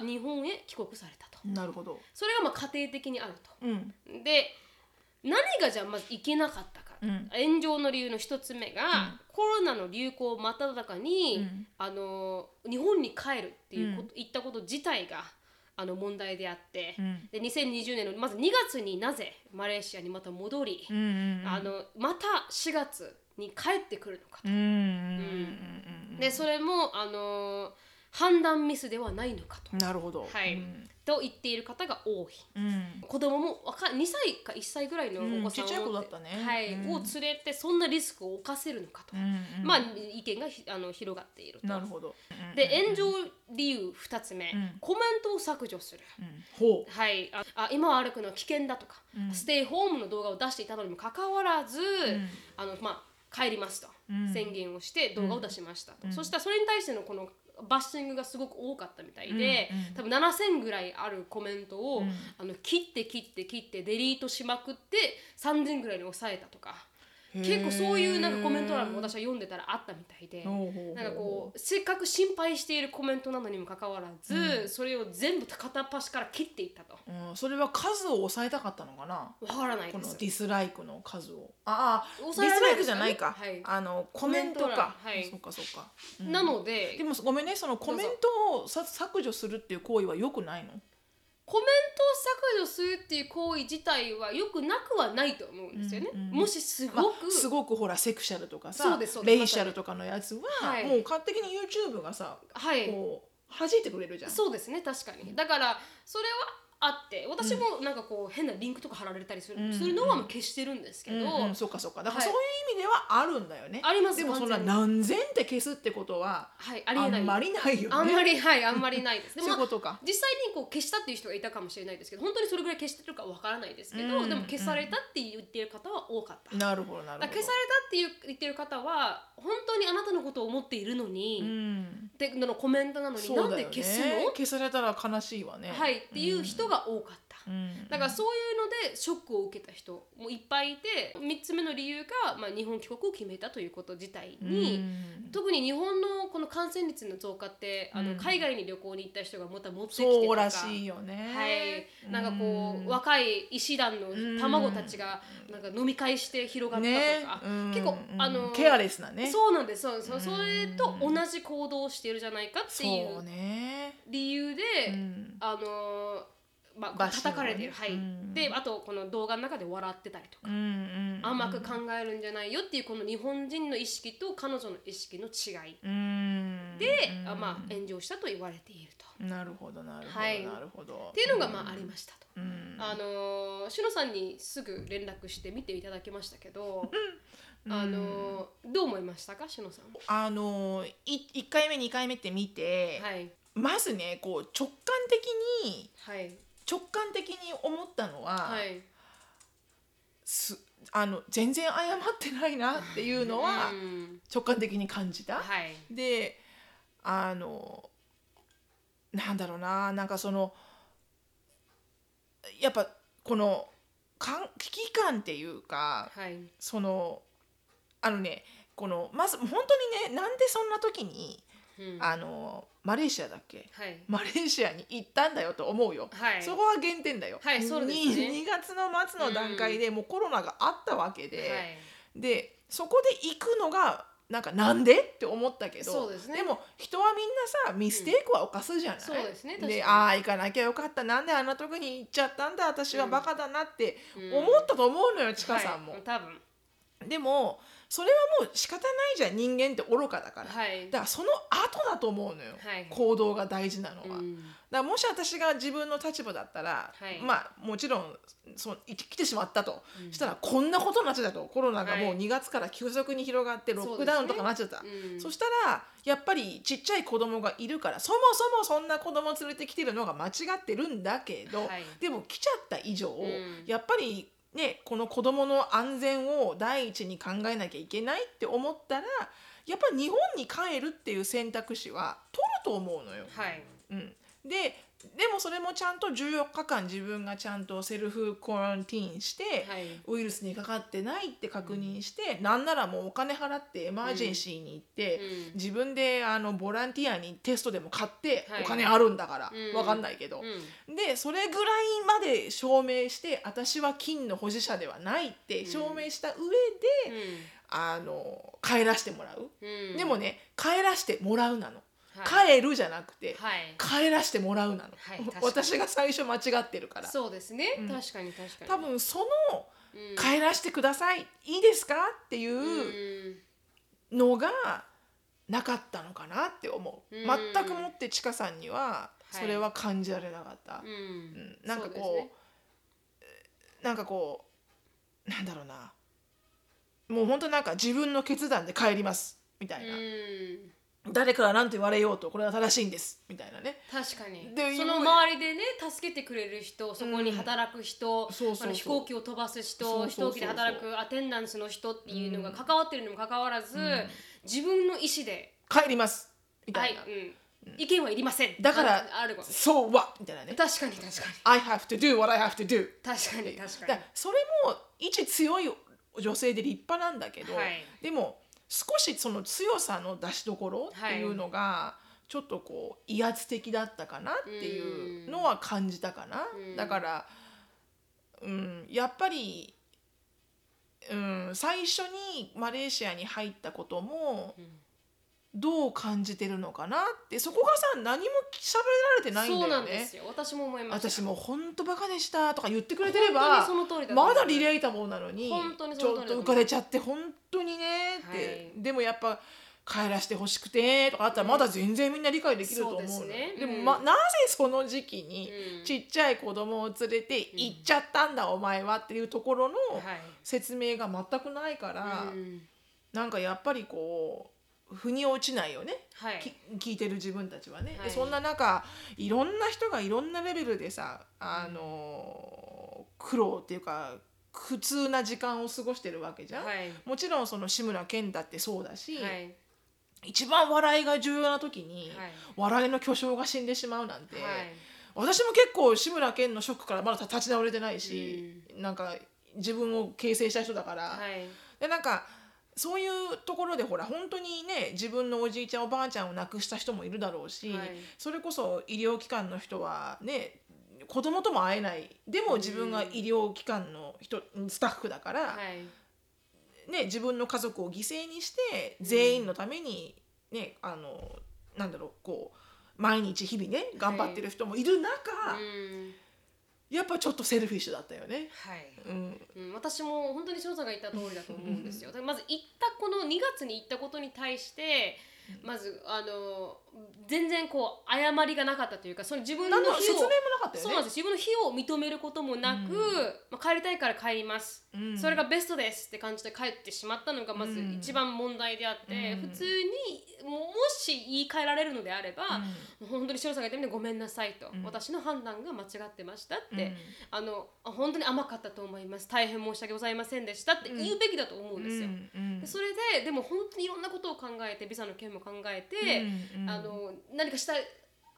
A: 日日本へ帰国されたと
B: んなるほど
A: それがまあ家庭的にある
B: うん
A: とで何がじゃあまずいけなかったか、
B: うん
A: 炎上の理由の一つ目が、
B: うん
A: コロナの流行真っ只中に、
B: うん
A: あの日本に帰るっていうこと、
B: う
A: 言ったこと自体があの問題であって、
B: うん
A: で2020年のまず2月になぜマレーシアにまた戻り、
B: うんうん
A: あのまた4月に帰ってくるのか
B: うんうんうん
A: でそれもあのー判断ミスではないのかと
B: うんなるほど
A: はい
B: うん
A: と言っている方が多い
B: うん
A: 子供も若い2歳か1歳ぐらいのお
B: うん
A: 子さ
B: ち
A: ん
B: っ
A: を,、
B: ちゃい子だったね
A: はい
B: うん
A: を連れてそんなリスクを冒せるのかと、
B: うんうん
A: まあ意見がひあの広がっていると
B: なるほど
A: で炎上理由2つ目、
B: うん
A: コメントを削除する。
B: うんほ
A: はい、ああ今は歩くのは危険だとか、
B: うん
A: ステイホームの動画を出していたのにもかかわらず、
B: ん
A: あのまあ、帰りますと
B: うん
A: 宣言をして動画を出しましたと、
B: うん
A: そしたらそれに対してのこのバッシングがすごく多かったみたいで、
B: うんうん
A: 多分7,000ぐらいあるコメントを、
B: うん
A: あの切って切って切ってデリートしまくって3,000ぐらいに抑えたとか
B: う
A: 結構そういうなんかコメント欄も私は読んでたらあったみたいで。なんかこうせっかく心配しているコメントなのにもかかわらず、
B: う
A: それを全部片っ端から切っていったと。
B: う、うん、それは数を抑えたかったのかな
A: わからない
B: こ
A: で
B: の
A: す。
B: ディスライクの数をああディス
A: 抑えられな
B: ラ
A: い
B: イ
A: です
B: ク
A: か
B: じゃ
A: ね
B: ないか、
A: はい
B: あのコメント
A: コメント
B: か
A: 欄はい
B: そうかそうか、うん
A: なので
B: でもごめんねそのコメントをさ削除するっていう行為は良くないの
A: コメントを削除するっていう行為自体はよくなくはないと思うんですよね。
B: うんうん
A: もしす
B: まあ
A: ごく、
B: すごくほらセクシャルとか
A: そ
B: さ
A: うですそうです
B: レイシャルとかのやつは、
A: はい
B: もう勝手に YouTube がさ
A: はい
B: こう弾いてくれるじゃん
A: そうですね確かにだからそれはあって私もなんかこう変なリンクとか貼られたりする,、
B: うん
A: するのはもう消してるんですけど、
B: うんうんそうかそうかだから
A: は
B: そ
A: いう
B: いう意味ではあるんだよね、
A: あります
B: でもそんな
A: 完全に
B: 何千って消すってことは
A: はいあ
B: あ
A: りえない
B: んまりないよね
A: あんまりはいあんまりないです。で
B: *laughs* そういう
A: も
B: ことか
A: 実際にこう消したっていう人がいたかもしれないですけど本当にそれぐらい消してるかわからないですけど、
B: うん
A: でも消されたって言ってる方は多かった。
B: なるほどな
A: だ
B: るほど
A: から消されたっていう言ってる方は本当にあなたのことを思っているのに、
B: うん
A: ってのコメントなのに、
B: そ
A: な
B: うんだ
A: で
B: よね
A: 消すの、
B: 消されたら悲しいわね
A: はいっていう人が多かった。
B: うん
A: だからそういうのでショックを受けた人もいっぱいいて3つ目の理由が、まあ、日本帰国を決めたということ自体に、
B: うん
A: 特に日本のこの感染率の増加ってあの、
B: うん
A: 海外に旅行に行った人がまた持ってきてとか
B: そうらしいよね
A: はい、なんかこう、
B: うん
A: 若い医師団の
B: うん
A: 卵たちがなんか飲み会して広がったとか、
B: ね
A: 結構
B: うん
A: あの
B: ケアレスなね
A: そうなんですそうそう
B: うん
A: それと同じ行動をしているじゃないかってい
B: そう
A: う
B: ね、
A: 理由で、
B: うん
A: あのーまあ
B: バッシング
A: 叩かれている、
B: ね
A: はい
B: うん
A: であとこの動画の中で笑ってたりとか、
B: うんうん、
A: 甘く考えるんじゃないよっていうこの日本人の意識と彼女の意識の違い
B: うん
A: で、あまあ、
B: うん
A: 炎上したと言われていると。
B: なるほどなるほど、
A: はい
B: なるほど
A: っていうのがまあありましたと。
B: うん
A: あのー、しのさんにすぐ連絡して見ていただきましたけど、あのー、どう思いましたかしのさん。
B: あのい1回目2回目って見て、
A: はい
B: まずねこう直感的に
A: はい
B: 直感的に思ったのは、
A: はい。
B: すあの全然謝ってないなっていうのは
A: うん
B: 直感的に感じた。
A: はい
B: であのなんだろうななんかそのやっぱこのかん危機感っていうか
A: はい
B: そのあのねこのまず本当にねなんでそんな時に
A: うんは
B: あのマレーシアだっけ
A: い
B: マレーシアに行ったんだよと思うよ。
A: はい
B: そこは原点だよ、
A: はいそうですね
B: に2月の末の段階でもうコロナがあったわけ
A: は
B: で、
A: い
B: でそこで行くのがなんかなんでって思ったけど
A: そうですね
B: も人はみんなさミステイクは犯すじゃない、
A: そうですね確かに
B: でああ行かなきゃよかったなんであんなとこに行っちゃったんだ私はバカだなって
A: うん
B: 思ったと思うのよ、ちかさんも、
A: はい多分
B: でもそれはもう仕方ないじゃん人間って愚かだから、
A: はい
B: だからその後だと思うのよ、
A: はい
B: 行動が大事なのは、
A: うん
B: だからもし私が自分の立場だったら、
A: はい
B: まあもちろんそう生きてしまったと、
A: うん
B: したらこんなことになっちゃったとコロナがも
A: は
B: う
A: い
B: 2月から急速に広がってロックダウンとかなっちゃったそ,、
A: うん
B: したらやっぱりちっちゃい子供がいるからそもそもそんな子供連れてきてるのが間違ってるんだけど、
A: はい
B: でも来ちゃった以上、
A: ん
B: やっぱりねこの子供の安全を第一に考えなきゃいけないって思ったらやっぱ日本に帰るっていう選択肢は取ると思うのよ。
A: はい
B: うん、ででもそれもちゃんと14日間自分がちゃんとセルフコランティーンして、
A: はい
B: ウイルスにかかってないって確認して、なんならもうお金払ってエマージェンシーに行って、
A: うん
B: 自分であのボランティアにテストでも買って、
A: はい
B: お金あるんだから、
A: うん
B: わかんないけど、
A: うん
B: でそれぐらいまで証明して私は金の保持者ではないって証明した上で、あの帰らしてもらう、
A: うんうん
B: でもね帰らしてもらうなの、
A: はい
B: 帰るじゃなくて、
A: はい
B: 帰らしてもらうなの、
A: はい確かに
B: *laughs* 私が最初間違ってるから
A: そうですね
B: うん
A: 確かに確かに
B: 多分その
A: うん
B: 帰らしてください、いいですかっていう
A: うん
B: のがなかったのかなって思う、
A: うん
B: 全くもってちかさんにはいそれは感じられなかった、
A: う
B: うんんなんか
A: そ
B: こう
A: ですね
B: なんかこうなんだろうなもう本当なんか自分の決断で帰りますみたいな、
A: うん
B: 誰から何と言われようとこれは正しいんですみたいなね
A: 確かに
B: で
A: その
B: 今
A: 周りでね助けてくれる人そこに働く人、
B: そうそうそう
A: あの飛行機を飛ばす人
B: そうそうそうそ
A: 飛
B: う
A: 行機で働くアテンダンスの人っていうのが関わってるにもかかわらず、自分の意思で
B: 帰ります
A: 「
B: み
A: は
B: た
A: い
B: いな、、
A: うん、意見はいりません」
B: だから
A: ああるわ
B: そうはみたいなね
A: 確かに確かに
B: I have to do what I have to do
A: 確かに確か
B: だ
A: に
B: それも一強い女性で立派なんだけど、
A: はい
B: でも少しその強さの出しどころっていうのがちょっとこう威圧的だったかなっていうのは感じたかな、
A: うん
B: だから、うん、やっぱり、うん、最初にマレーシアに入ったことも
A: ん
B: どう感じてるのかなってそこがさ何も喋られてないんだ
A: そうな
B: よ
A: んで
B: ね
A: す。よ私も思いました
B: 私もう本当バカでしたとか言ってくれてれば
A: 本当にその通りだと思う
B: まだリレータボーなのに
A: 本当に
B: ち
A: その
B: ょ
A: 通
B: っ
A: りだと
B: と
A: 思う
B: 浮かれちゃって本当にねって、でもやっぱ帰らしてほしくてとかあったらまだ全然みんな理解できると思うの、
A: そうですね
B: でも、
A: うん
B: ま、なぜその時期に
A: うん
B: ちっちゃい子供を連れて行っちゃったんだ、お前はっていうところの
A: はい
B: 説明が全くないから、
A: うん
B: なんかやっぱりこう腑に落ちないよね
A: はい
B: き聞いてる自分たちはね、
A: はい
B: でそんな中いろんな人がいろんなレベルでさあのー苦労っていうか苦痛な時間を過ごしてるわけじゃん、
A: はい
B: もちろんその志村けんだってそうだし、
A: はい
B: 一番笑いが重要な時に、
A: はい
B: 笑いの巨匠が死んでしまうなんて、
A: はい
B: 私も結構志村けんのショックからまだ立ち直れてないし、なんか自分を形成した人だから、
A: はい
B: でなんかそういうところでほら本当にね自分のおじいちゃんおばあちゃんを亡くした人もいるだろうし、
A: はい
B: それこそ医療機関の人はね子供とも会えないでも自分が医療機関の人、スタッフだから、
A: はい
B: ね、自分の家族を犠牲にして全員のために、ねあのなんだろうこう毎日日々ね頑張ってる人もいる中、
A: うん
B: やっぱちょっとセルフィッシュだったよね。
A: はい
B: うん、
A: うん、私も本当に翔さんが言った通りだと思うん
B: *laughs*
A: ですよ。だからまず行ったこの2月に行ったことに対してまずあの全然こう誤りがなかったというかその自分の
B: 何
A: 費
B: の説
A: 用
B: 明もなかったよね。
A: そうなんです自分の費用を認めることもなく、
B: うん
A: まあ、帰りたいから帰ります、
B: うん
A: それがベストですって感じで帰ってしまったのがまず
B: うん
A: 一番問題であって、
B: う
A: 普
B: ん
A: 通にももし言い換えられるのであれば、本当にシロさんが言ったみたいにごめんなさいと、
B: うん
A: 私の判断が間違ってましたって、
B: うん
A: あのあ本当に甘かったと思います大変申し訳ございませんでしたって言うべきだと思うんですよ。
B: うんうん
A: でそれででも本当にいろんなことを考えてビザの件も考えて、
B: うんうん
A: あの何かした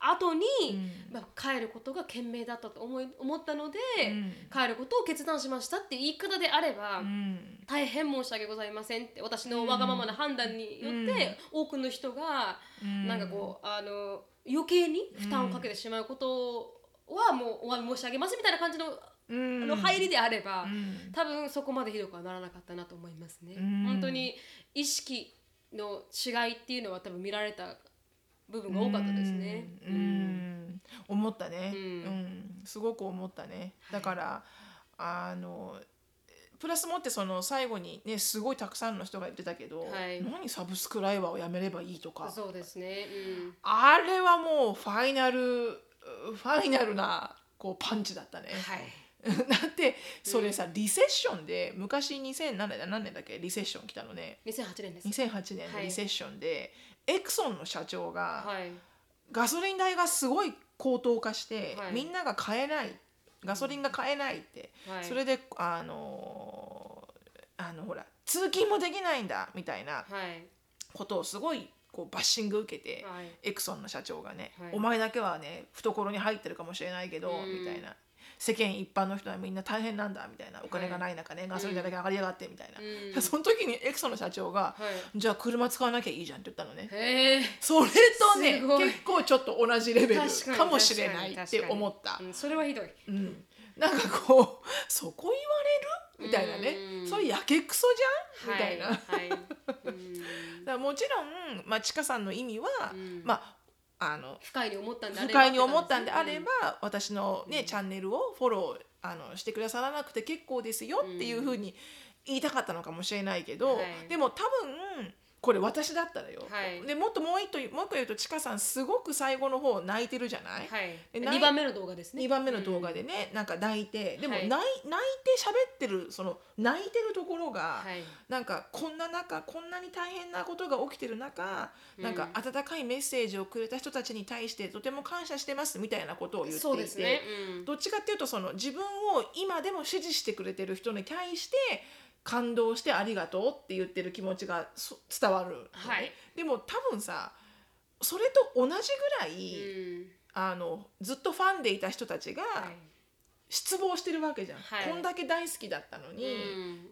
A: 後に、
B: うん
A: まあ、帰ることが賢明だったと思い思ったので、
B: うん
A: 帰ることを決断しましたっていう言い方であれば、
B: うん
A: 大変申し訳ございませんって私のわがままな判断によって、多くの人が
B: うん
A: なんかこうあの余計に負担をかけてしまうことはもうお詫び申し上げますみたいな感じの,、
B: うん
A: の入りであれば、
B: うん
A: 多分そこまでひどくはならなかったなと思いますね。
B: うん
A: 本当に意識の違いっていうのは多分見られた部分が多かったですね。
B: うんうん思ったね、
A: う
B: うんんすごく思ったね。
A: はい
B: だから、あのプラスもってその最後にねすごいたくさんの人が言ってたけど、
A: はい
B: 何サブスクライバーをやめればいいとか
A: そうですね。うん
B: あれはもうファイナルファイナルなこうパンチだったね。
A: はい。
B: *laughs* だってそれさ、リセッションで昔2007年何年だっけリセッション来たのね
A: 2008年です。
B: 2008年のリセッションで、エクソンの社長が、
A: はい。
B: ガソリン代がすごい高騰化して、
A: はい
B: みんなが買えないガソリンが買えないって、
A: はい。
B: それであのーあのほら通勤もできないんだみたいな
A: はい。
B: ことをすごいこうバッシング受けて、
A: はい。
B: エクソンの社長がね、
A: はい
B: お前だけはね懐に入ってるかもしれないけど、
A: うん
B: みたいな世間一般の人はみんな大変なんだみたいなお金がない中ね、ガソリン代だけ上がりやがってみたいな、
A: うん
B: その時にエクソンの社長が、
A: はい
B: じゃあ車使わなきゃいいじゃんって言ったのね。
A: へえ。
B: それとね
A: すごい
B: 結構ちょっと同じレベル
A: 確かに
B: かもしれないっ
A: 確かに
B: て思った
A: う、んそれはひどい。
B: うん、なんかこう「そこ言われる?」みたいな
A: うん
B: ね「それやけくそじゃん?」みたいな、
A: は
B: だか
A: い。
B: *laughs*
A: はいうん
B: らもちろん、まあ、ちかさんの意味は、
A: うん
B: まああの
A: 不快に思ったんであ
B: 不
A: れば。
B: 快に思ったんであれ
A: うん
B: ば、私の、ねチャンネルをフォローあのしてくださらなくて結構ですよっていうふうに言いたかったのかもしれないけど、
A: はい
B: でも多分これ私だったらよ、
A: はい
B: でもっともう一個もう一個言うとちかさんすごく最後の方泣いてるじゃない、
A: はい。
B: えない
A: 二番目の動画ですね。
B: 2番目の動画でね、なんか泣いてでも
A: はい
B: 泣い,、泣いて喋ってるその泣いてるところが、
A: はい。
B: なんかこんな中こんなに大変なことが起きてる中、
A: うん
B: なんか温かいメッセージをくれた人たちに対してとても感謝してますみたいなことを言っていて
A: そうですね。うん
B: どっちかっていうとその自分を今でも支持してくれてる人に対して感動してありがとうって言ってる気持ちがそ伝わるのね、
A: はい
B: でも多分さそれと同じぐらい、
A: うん
B: あのずっとファンでいた人たちが
A: はい
B: 失望してるわけじゃん、
A: はい
B: こんだけ大好きだったのに、
A: うん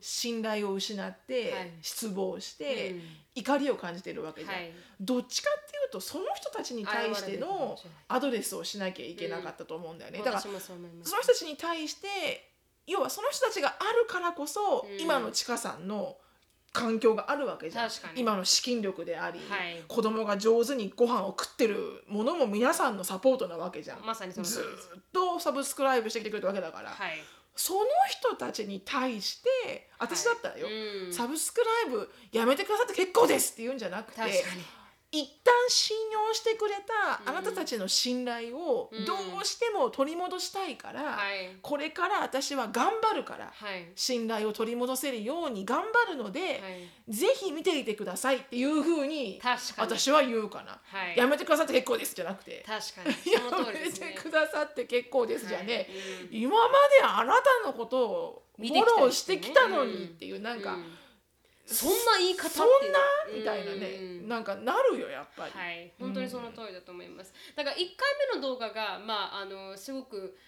B: 信頼を失って、
A: はい
B: 失望して、
A: うん
B: 怒りを感じてるわけじゃん、
A: はい
B: どっちかっていうとその人たちに対し
A: 現れ
B: て
A: てるかも
B: の
A: しれない
B: アドレスをしなきゃいけなかったと思うんだよね、だから
A: 私もそう思います
B: その人たちに対して要はその人たちがあるからこそ、
A: うん
B: 今のちかさんの環境があるわけじゃん
A: 確かに
B: 今の資金力であり、
A: はい
B: 子供が上手にご飯を食ってるものも皆さんのサポートなわけじゃん、
A: まさにその通
B: ず
A: り
B: ー
A: です
B: っとサブスクライブしてきてくれたわけだから、
A: はい
B: その人たちに対して私だったらよ、
A: うん
B: サブスクライブやめてくださって結構ですって言うんじゃなくて
A: 確かに
B: 一旦信用してくれたあなたたちの信頼を
A: うん
B: どうしても取り戻したいから、
A: はい
B: これから私は頑張るから
A: はい
B: 信頼を取り戻せるように頑張るので、
A: はい
B: ぜひ見ていてくださいっていうふうに
A: 確かに
B: 私は言うかな、
A: はい
B: やめてくださって結構ですじゃなくて
A: 確かに
B: *laughs* や
A: その通り
B: め
A: ですね
B: てくださって結構ですじゃね、
A: はいうん
B: 今まであなたのことを
A: 見
B: フ
A: て
B: ォ
A: きた
B: ロー
A: り
B: し
A: して
B: て
A: ね
B: きたのにっていう、なんか、
A: うそんな言い方って
B: そんなみたいなね、
A: うん
B: なんかなるよやっぱり、
A: はい、本当にその通りだと思います。だから1回目の動画が、まあ、あのすごく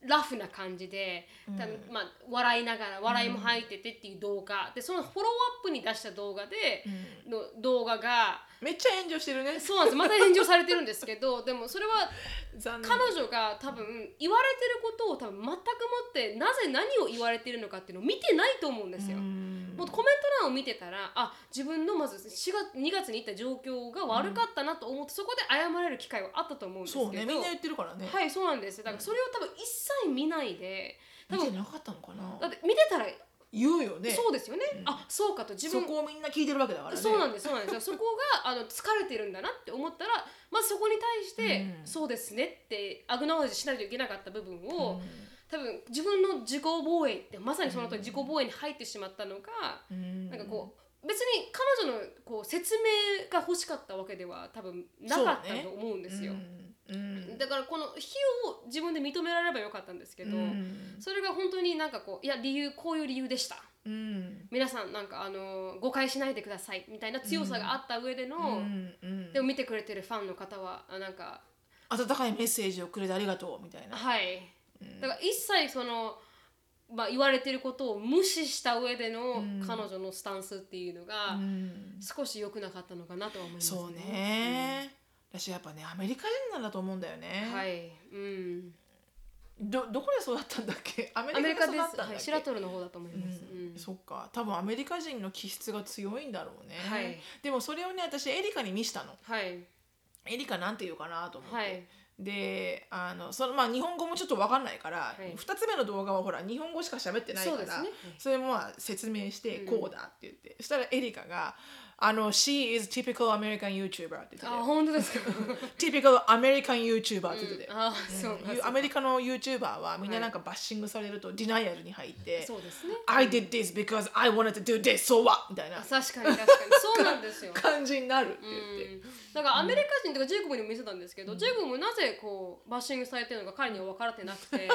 A: ラフな感じで、たまあ、笑いながら笑いも入っててっていう動画でそのフォローアップに出した動画で
B: うん
A: の動画が
B: めっちゃ炎上してるね
A: そうなんですまた炎上されてるんですけど *laughs* でもそれは
B: 残念
A: 彼女が多分言われてることを多分全くもってなぜ何を言われてるのかっていうのを見てないと思うんですよ。
B: うん
A: もうコメント欄を見てたらあ自分のまず4月2月に行った状況が悪かったなと思って、そこで謝られる機会はあったと思うんですけど
B: そうねみんな言ってるからね、
A: はいそうなんですよだからそれを多分一切見ないで多
B: 見て
A: 分
B: なかったのか
A: だ
B: な
A: って見てたら
B: 言うよね
A: そうですよね、
B: うん
A: あそうかと自
B: そ
A: 分
B: こをみんな聞いてるわけだからね
A: そうなんですそうなんですよそこがあの疲れてるんだなって思ったらまずそこに対して、
B: うん
A: そうですねってアグノージしないといけなかった部分を、
B: う
A: 多分自分の自己防衛ってまさにその通り自己防衛に入ってしまったのが、
B: ん
A: なんかこう別に彼女のこう説明が欲しかったわけでは多分なかっ
B: そう
A: た
B: ね
A: と思うんですよ、
B: うんうん
A: だからこの費用を自分で認められればよかったんですけど、
B: うん
A: それが本当になんかこういや理由こういう理由でした
B: うん
A: 皆さんなんかあの誤解しないでくださいみたいな強さがあった上での、
B: うんうん
A: でも見てくれてるファンの方はあなんか
B: 温かいメッセージをくれてありがとうみたいな、
A: はい
B: うん
A: だから一切その、まあ、言われてることを無視した上で
B: う
A: の
B: ん
A: 彼女のスタンスっていうのが、
B: うん
A: 少し良くなかったのかなとは思います、
B: そうね、私やっぱねアメリカ人なんだと思うんだよ
A: う
B: ね、
A: んはい、うん、
B: どどこで育ったんだっけアメ
A: アメ
B: リ
A: リ
B: カ
A: カで
B: で育
A: す、
B: ったんだっ
A: は
B: け、
A: い、シラトルの方だと思い
B: うん
A: ます、うん
B: そっか多分アメリカ人の気質が強いんだろうね、
A: はい
B: でもそれをね私エリカに見したの
A: はい
B: エリカなんて言うかなと思って、
A: はい
B: であのそのまあ日本語もちょっと分かんないから、
A: い
B: 二2つ目の動画はほら日本語しか喋ってないか
A: そうですね
B: ら
A: はい
B: それもまあ説明して
A: うん
B: こうだって言って、そしたらエリカが「あの She is typical American YouTuber」って言って
A: あ
B: たよ
A: 本当ですか
B: *laughs* 「typical American YouTuber」って言ってたよ、
A: あそうか、
B: うん
A: そう
B: アメリカの YouTuber はみんななんかバッシングされるとディナイアルに入って
A: そうですね
B: I did this because I wanted to do this, so what? みたいな
A: 確かに確かにそうなんですよ
B: 感じになるって
A: う
B: 言って。
A: んだからアメリカ人とかジェイコブにも見せたんですけど、ジェイコブもなぜこうバッシングされてるのか彼には分かられてなく
B: *laughs*
A: て、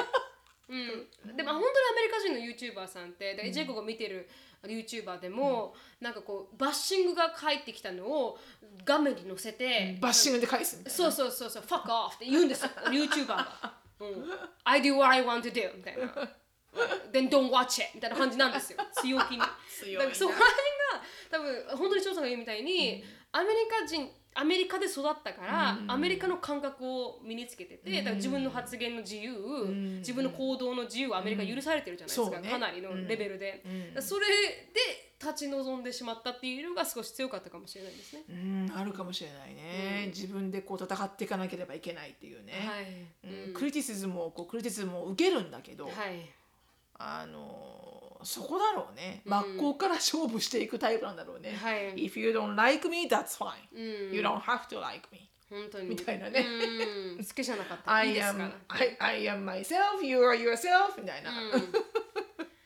A: うん、でも本当にアメリカ人の YouTuber さんってだからジェイコブが見てる YouTuber でも、なんかこうバッシングが返ってきたのを画面に載せて、
B: バッシングで返すみたいな。
A: そうそうそうそう「fuck off」って言うんです
B: *laughs*
A: よ YouTuber が、うん「I do what I want to do」みたいな「then don't watch it」みたいな感じなん
B: *laughs*
A: ですよ強気に。
B: 強
A: だ
B: いな
A: からそこら辺が多分本当に翔さんが言うみたいに、アメリカ人アメリカで育ったから、アメリカの感覚を身につけてて、だから自分の発言の自由、
B: ん
A: 自分の行動の自由はアメリカ許されてるじゃないです
B: うんそ
A: か、
B: うね
A: かなりのレベルで、だからそれで立ち望んでしまったっていうのが少し強かったかもしれないですね。
B: うん、あるかもしれないね、自分でこう戦っていかなければいけないっていうね、
A: はい、
B: うん
A: うん
B: クリティシズムをこうクリティシズムを受けるんだけど、
A: はい
B: あのそこだろうね真っ向から勝負していくタイプなんだろうね、
A: はい
B: If you don't like me, that's fine、
A: うん、
B: You don't have to like me
A: 本当に
B: みたいなね
A: うん、好きじゃなかったら
B: I
A: いいですから
B: am, I, I am myself, you are yourself みたいな、
A: うん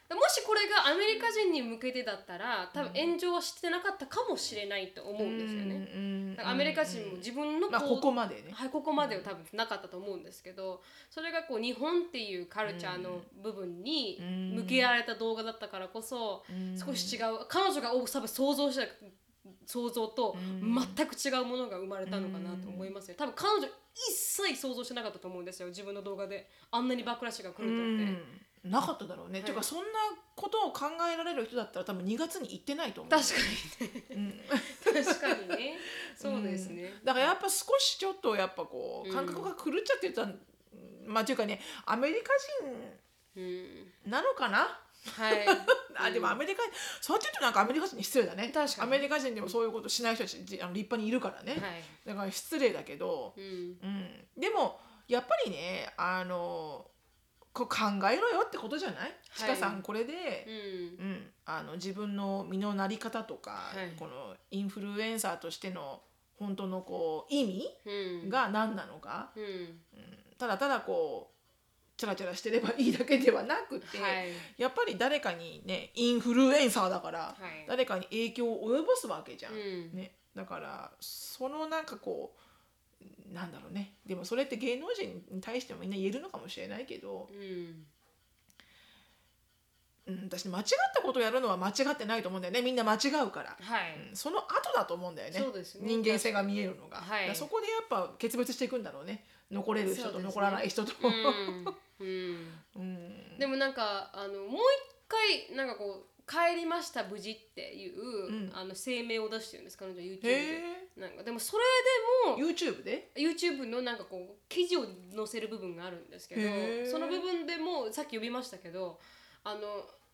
A: もしこれがアメリカ人に向けてだったら多分炎上はしてなかったかもしれないと思うんですよね。
B: うん
A: だからアメリカ人も自分の
B: まあここ
A: う
B: までね、
A: はい、ここまでは多分なかったと思うんですけどそれがこう日本っていうカルチャーの部分に
B: うん
A: 向けられた動画だったからこそ
B: うん
A: 少し違う彼女が多分想像した想像と全く違うものが生まれたのかなと思いますよ多分彼女一切想像してなかったと思うんですよ自分の動画であんなにバックラッシュが来ると思って。
B: うんなかっただろうね、
A: い
B: ていうかそんなことを考えられる人だったら多分2月に行ってないと思う
A: 確かにね、確かにねそうですね、
B: だからやっぱ少しちょっとやっぱこう感覚が狂っちゃってた、まあというかねアメリカ
A: うん
B: 人なのかな
A: はい
B: あでもアメリカ、そうやって言うとなんかアメリカ人に失礼だね
A: 確かに
B: アメリカ人でもそういうことしない人たちじあの立派にいるからね、
A: はい
B: だから失礼だけど、
A: うん
B: うん、でもやっぱりねあのこう考えろよってことじゃない、ちかさんこれで、
A: うん
B: うん、あの自分の身のなり方とか、
A: はい
B: このインフルエンサーとしての本当のこう意味
A: うん
B: が何なのか、
A: うん
B: ただただこうチャラチャラしてればいいだけではなくて、
A: はい
B: やっぱり誰かにねインフルエンサーだから、
A: はい
B: 誰かに影響を及ぼすわけじゃん。
A: うん
B: ね、だからそのなんかこうなんだろうねでもそれって芸能人に対してもみんな言えるのかもしれないけど、
A: うん
B: うん、私間違ったことやるのは間違ってないと思うんだよねみんな間違うから、
A: はい、
B: うんその後だと思うんだよね
A: そうですね
B: 人間性が見えるのが、
A: はい
B: だからそこでやっぱ決別していくんだろうね残れる人
A: そうです
B: と
A: ね
B: 残らない人と、
A: うん、うん
B: うん
A: でもなんかあのもう一回なんかこう帰りました無事っていう、
B: うん
A: あの声明を出してるんです彼女 YouTube
B: へ
A: でなんかでもそれ
B: え
A: でも
B: YouTube で
A: YouTube のなんかこう記事を載せる部分があるんですけ
B: へー
A: どその部分でもさっき呼びましたけどあの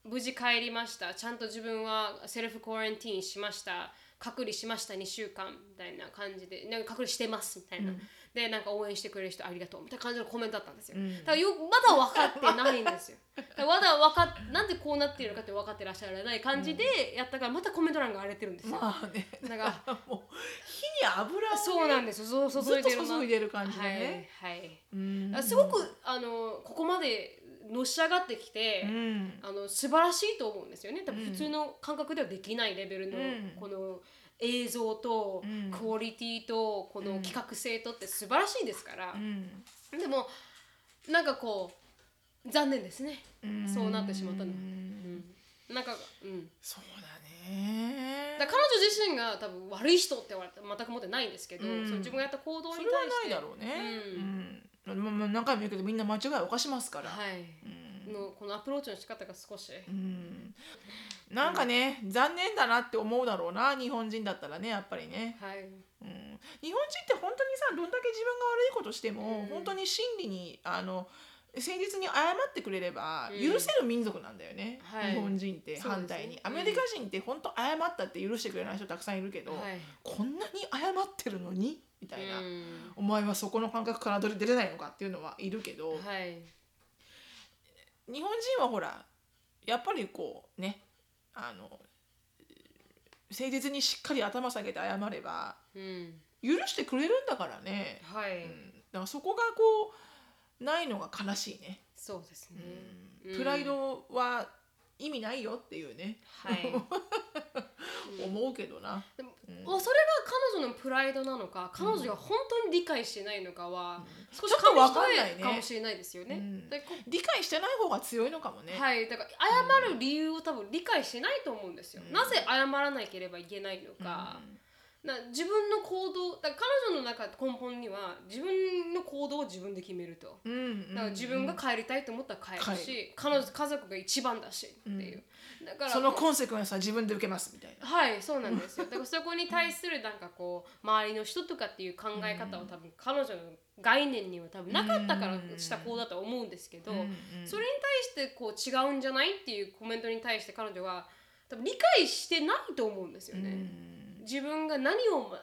A: 無事帰りましたちゃんと自分はセルフコレンティーンしました隔離しました2週間みたいな感じでなんか隔離してますみたいな、
B: うん
A: でなんか応援してくれる人ありがとうみたいな感じのコメントだったんですよ、
B: うん
A: だからよまだ分かってないんですよだからまだ分かっなんでこうなっているのかって分かってらっしゃらない感じでやったからまたコメント欄が荒れてるんですよ、
B: まあね
A: だから
B: *laughs* もう火に油をね、
A: そうなんですよそう注
B: ず
A: い
B: っと
A: でるな
B: 注いでる感じで
A: はい
B: ね、
A: はい
B: うん
A: あすごくあのここまでのし上がってきて
B: う、ん
A: あの素晴らしいと思うんですよね多分普通の感覚ではできないレベルの、
B: うん
A: この映像と、
B: うん
A: クオリティとこ
B: う
A: の
B: ん
A: 企画性とって素晴らしいですから
B: う、ん
A: でもなんかこう残念ですね、
B: うん
A: そうなってしまったの
B: うん
A: なんか、うん、
B: そうだね
A: だから彼女自身が多分悪い人って言われて全く思ってないんですけど、
B: うん
A: その自分がやった行動に対
B: それ
A: して
B: はないだろうね、うんまま何回も言うけどみんな間違いを犯しますから、
A: はい、
B: うん
A: のこのアプローチの仕方が少し、
B: うんなんかね、残念だなって思うだろうな日本人だったらねやっぱりね、
A: はい
B: うん、日本人って本当にさどんだけ自分が悪いことしても、
A: うん
B: 本当に真理にあの誠実に謝ってくれれば
A: うん
B: 許せる民族なんだよね、
A: はい
B: 日本人って
A: そうですね
B: 反対に、
A: うん
B: アメリカ人って本当謝ったって許してくれない人たくさんいるけど、
A: はい
B: こんなに謝ってるのにみたいな、
A: うん
B: お前はそこの感覚から出れないのかっていうのはいるけど、
A: はい
B: 日本人はほらやっぱりこうねあの誠実にしっかり頭下げて謝れば
A: うん
B: 許してくれるんだからね、
A: はい、
B: うん、だからそこがこうないのが悲しいね、
A: そうですね、
B: うん
A: うん
B: プライドは意味ないよっていうね、
A: はいうん
B: 思 *laughs* うけどな、
A: でも
B: うん
A: おそれが彼女のプライドなのか彼女が本当に理解してないのかは、少し
B: ちょっとわかんない
A: 勘弁
B: ね
A: したかもしれないですよね。
B: うん
A: でこ
B: 理解してない方が強いのかもね、
A: はい、だから謝る理由を多分理解してないと思うんですよ。
B: うん
A: なぜ謝らなければいけないの
B: うん
A: か,、な自分の行動だから彼女の中根本には自分の行動を自分で決めると。
B: うんうん
A: だから自分が帰りたいと思ったら帰る
B: 帰
A: し、彼女家族が一番だしっていう、だから
B: そのコンセクエンスは自分で受けますみたいな。
A: はいそうなんですよだからそこに対するなんかこう周りの人とかっていう考え方
B: う
A: を
B: ん
A: 多分彼女の概念には多分なかったから
B: うん
A: した子だと思うんですけど、
B: うんうん
A: それに対してこう違うんじゃないっていうコメントに対して彼女は多分理解してないと思うんですよ
B: う
A: ね。
B: ん
A: 自分が何をま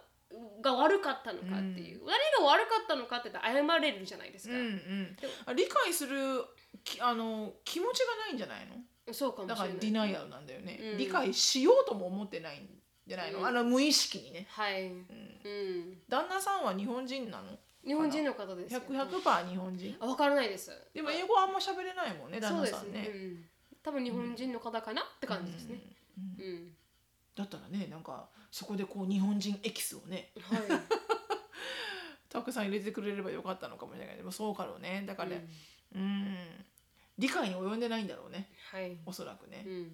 A: が悪かったのかっていう、何が悪かったのかって言ったら謝れるじゃないですか、
B: うんうんあ、理解するきあの気持ちがないんじゃないの
A: そうかも
B: だ
A: し
B: から
A: れない
B: ディナイアルなんだよね、
A: うん
B: 理解しようとも思ってないんじゃないの、
A: うん
B: あの無意識にね、
A: はい、う
B: うん、
A: ん、
B: 旦那さんは日本人なの
A: 日本人の方ですよ
B: 100%, 100日本人
A: あ分からないです
B: でも英語あんま喋れないもんね旦
A: そう
B: 那
A: です
B: さんね
A: うん、多分日本人の方かなって感じですね。
B: うんうん
A: うん、
B: だったらねなんかそこでこう日本人エキスをね
A: はい。
B: たくさん入れてくれればよかったのかもしれないけどでもそうかろうねだから
A: う
B: ね
A: ん
B: うん理解に及んでないんだろうね
A: はい。
B: おそらくね
A: う、ん、うん、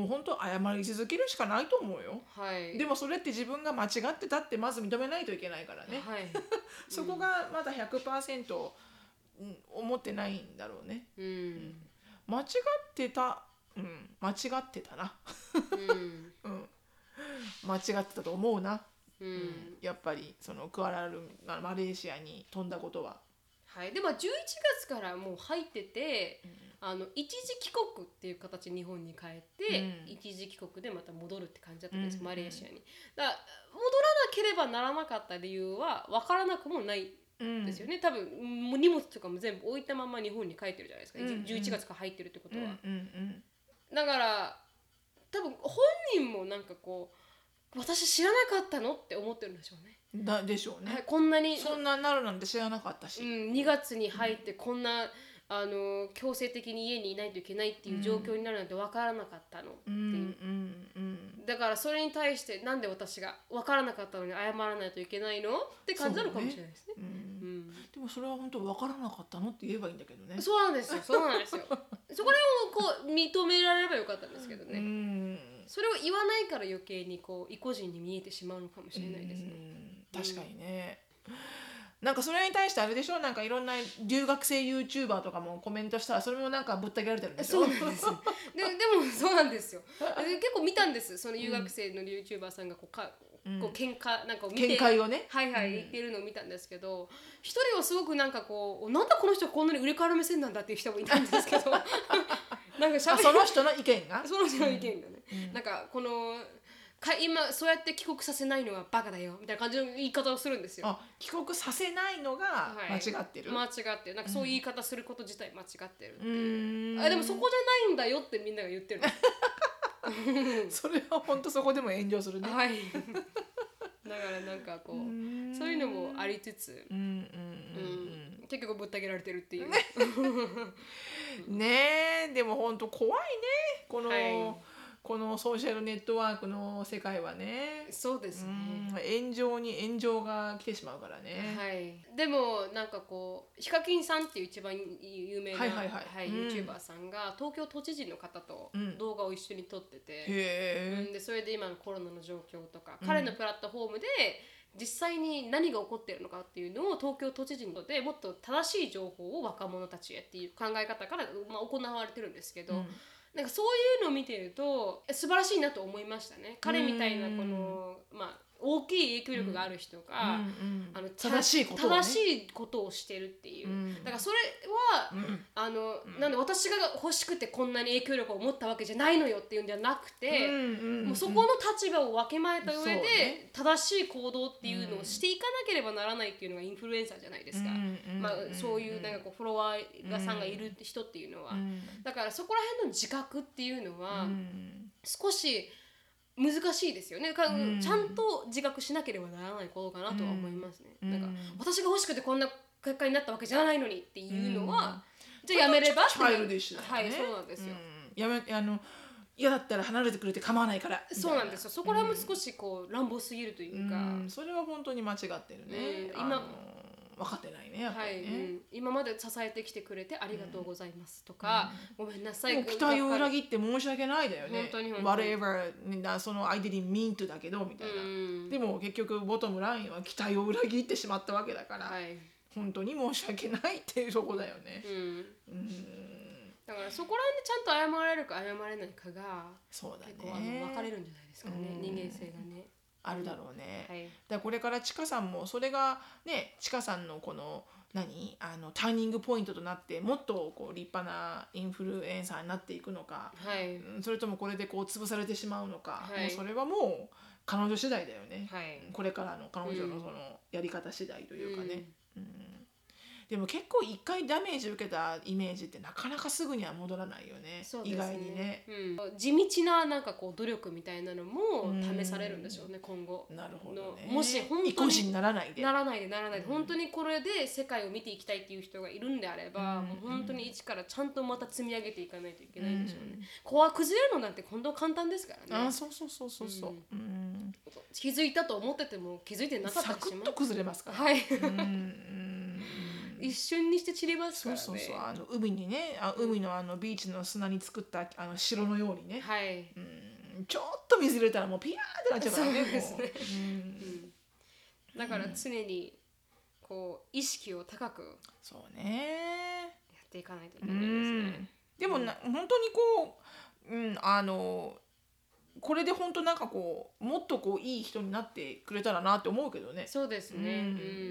B: もう本当謝り続けるしかないと思うよ
A: はい。
B: でもそれって自分が間違ってたってまず認めないといけないからね、
A: はい。
B: そこがまだ100%うん思ってないんだろうね
A: うん、
B: 間違ってたうん間違ってたな *laughs*
A: うん、
B: うん間違ってたと思うな、
A: う
B: うん
A: ん、
B: やっぱりそのクアラルンあマレーシアに飛んだことは、
A: はい。でも11月からもう入ってて。あの一時帰国っていう形で日本に帰って、
B: うん
A: 一時帰国でまた戻るって感じだったんです、
B: うん
A: マレーシアにだから戻らなければならなかった理由は分からなくもない
B: うん
A: ですよね、多分もう荷物とかも全部置いたまま日本に帰ってるじゃないですか、
B: うんうん
A: 11月から入ってるってこと
B: うん
A: は、
B: うん
A: だから多分本人もなんかこう私知らなかったのって思ってるんでしょうね。
B: うんだでしょう
A: は
B: ね
A: い、こんなに
B: そんなになるなんて知らなかった
A: う
B: し、
A: ん、2月に入ってこんな、あの強制的に家にいないといけないっていう状況になるなんて分からなかったの、
B: うんうんうん
A: だからそれに対してなんで私が分からなかったのに謝らないといけないのって感じなのかもしれないですね。
B: うん
A: うん
B: でもそれは本当わからなかったのって言えばいいんだけどね。
A: そうなんですよそうなんですよそこら辺をこう認められればよかったんですけど
B: う
A: ね、
B: ん
A: それを言わないから余計にこう意固人に見えてしまうのかもしれないですね、
B: うん確かにね、なんかそれに対してあれでしょなんかいろんな留学生 YouTuber とかもコメントしたらそれもなんかぶった切られてるんでし
A: そ
B: ょ
A: うなんですよででもそうなんですよで結構見たんですその留学生の YouTuber さんがこうか、
B: うん
A: こう喧嘩なんかを見
B: 見
A: て
B: 解をね
A: はいはい
B: うん
A: 言ってるのを見たんですけど一人はすごくなんかこうなんでこの人こんなに上から目線なんだっていう人もいたんですけどなんかしゃ
B: あ
A: べ
B: その人の意見が
A: その人の意見がね、
B: うん
A: なんかこのか今そうやって帰国させないのはバカだよみたいな感じの言い方をするんですよ。
B: あ帰国させないのが
A: はい
B: 間違ってる、
A: 間違ってるなんかそういう言い方すること自体間違ってる、
B: うーん
A: あでもそこじゃないんだよってみんなが言ってるの
B: それは本当そこでも炎上するね
A: はいだからなんかこう、そういうのもあ
B: り
A: りつつ、
B: うんうん
A: うん、結局ぶった切られてるっていう、
B: うんうんねえでも本当怖いねこの、
A: はい
B: このソーシャルネットワークの世界はね
A: そうですね、
B: うん炎上に炎上が来てしまうからね、
A: はい、でもなんかこうヒカキンさんっていう一番有名な、
B: はいはいはいうん
A: YouTuber さんが東京都知事の方と
B: うん
A: 動画を一緒に撮ってて、う
B: へ
A: ん、でそれで今のコロナの状況とか、
B: うん
A: 彼のプラットフォームで実際に何が起こっているのかっていうのを東京都知事のでもっと正しい情報を若者たちへっていう考え方から、まあ、行われてるんですけ
B: え、
A: ど、なんかそういうのを見てるとえ素晴らしいなと思いましたね。彼みたいなこの、まあ、大きい影響力がある人が、
B: うんうん
A: あのた
B: 正しいことをね
A: 正しいことをしてるっていう、
B: うん
A: だからそれは
B: うん
A: あの、なんで私が欲しくてこんなに影響力を持ったわけじゃないのよっていうんじゃなくて、
B: んん
A: もうそこの立場をわきまえた
B: そ
A: 上
B: う
A: で、
B: ね
A: 正しい行動っていうのをしていかなければならないっていうのがインフルエンサーじゃないですか、
B: うんうん
A: まあ、そういうなんかこうフォロワーがさんがいる人っていうのは、だからそこら辺の自覚っていうのは、
B: うん
A: 少し難しいですよねだから
B: うん
A: ちゃんと自覚しなければならないことかなとは思いますね、
B: うん
A: なんか
B: うん
A: 私が欲しくてこんな結果になったわけじゃないのにっていうのは、じゃあやめればって
B: チャイルディッシュだよね
A: はいそうなんですよ、
B: うんやめあの嫌だったら離れてくれて構わないから
A: そうなんですよそこら辺も少
B: し、
A: しこう乱暴すぎるというか、
B: うんそれは本当に間違ってるね、
A: うん今
B: あの分かってないねやっぱ
A: はい
B: り
A: う
B: ね、
A: ん、今まで支えてきてくれてありがとうございますとか、ごめんなさい
B: でも期待を裏
A: っ
B: 切って申し訳ないだよね
A: 本当に本当に
B: whatever ねなその I didn't mean to だけどみたいな、
A: うん
B: でも結局ボトムラインは期待を裏切ってしまったわけだから、
A: はい、
B: 本当に申し訳ないっていうとこだよね、
A: うん、
B: うん、
A: だからそこら辺でちゃんと謝られるか謝れないかが
B: そうだ
A: 結構あの分かれ
B: ね
A: るんじゃないですかね、
B: うん
A: 人間性がね。
B: あるだろうね、
A: はい
B: だからこれからちかさんもそれがねちかさんのこの何あのターニングポイントとなってもっとこう立派なインフルエンサーになっていくのか、
A: はい
B: うんそれともこれでこう潰されてしまうのか、
A: はい
B: もうそれはもう彼女次第だよね、
A: はい
B: これからの彼女
A: う
B: の
A: ん
B: そのやり方次第というかね、うんでも結構一回ダメージ受けたイメージってなかなかすぐには戻らないよね
A: そうです
B: 意
A: ね
B: 外にね。
A: うん、地道ななんかこう努力みたいなのも
B: うん
A: 試されるんでしょうね、今後
B: なるほどね、
A: のもし本当に
B: 意固地にならないで。
A: ならないでならないで、
B: うん
A: 本当にこれで世界を見ていきたいっていう人がいるんであれば、
B: うん
A: もう本当に一からちゃんとまた積み上げていかないといけないんでしょうね、子は崩れるのなんて本当簡単ですか
B: うん
A: ら
B: あ
A: ね
B: そうそうそうそうそう。
A: うん
B: うん
A: 気づいたと思ってても気づいてなかった
B: サ
A: り
B: ク
A: し
B: ッ
A: ま
B: と
A: す
B: 崩れますから。
A: はい *laughs*
B: うんうん
A: 一瞬にして散りますか
B: そ
A: ら
B: う
A: ね
B: そうそうあの海にねあ海のあのビーチの砂に作ったあの城のようにね、
A: はい、
B: うんちょっと水入れたらもうピヤーってなっちゃうからね。
A: そうですね
B: もうう
A: う
B: ん
A: ん、だから常にこう意識を高くや
B: そうね。
A: っていかないというけないですね、
B: ん。でもな本当にこう、うんあのこれで本当なんかこうもっとこういい人になってくれたらなって思うけどね。
A: そうですね、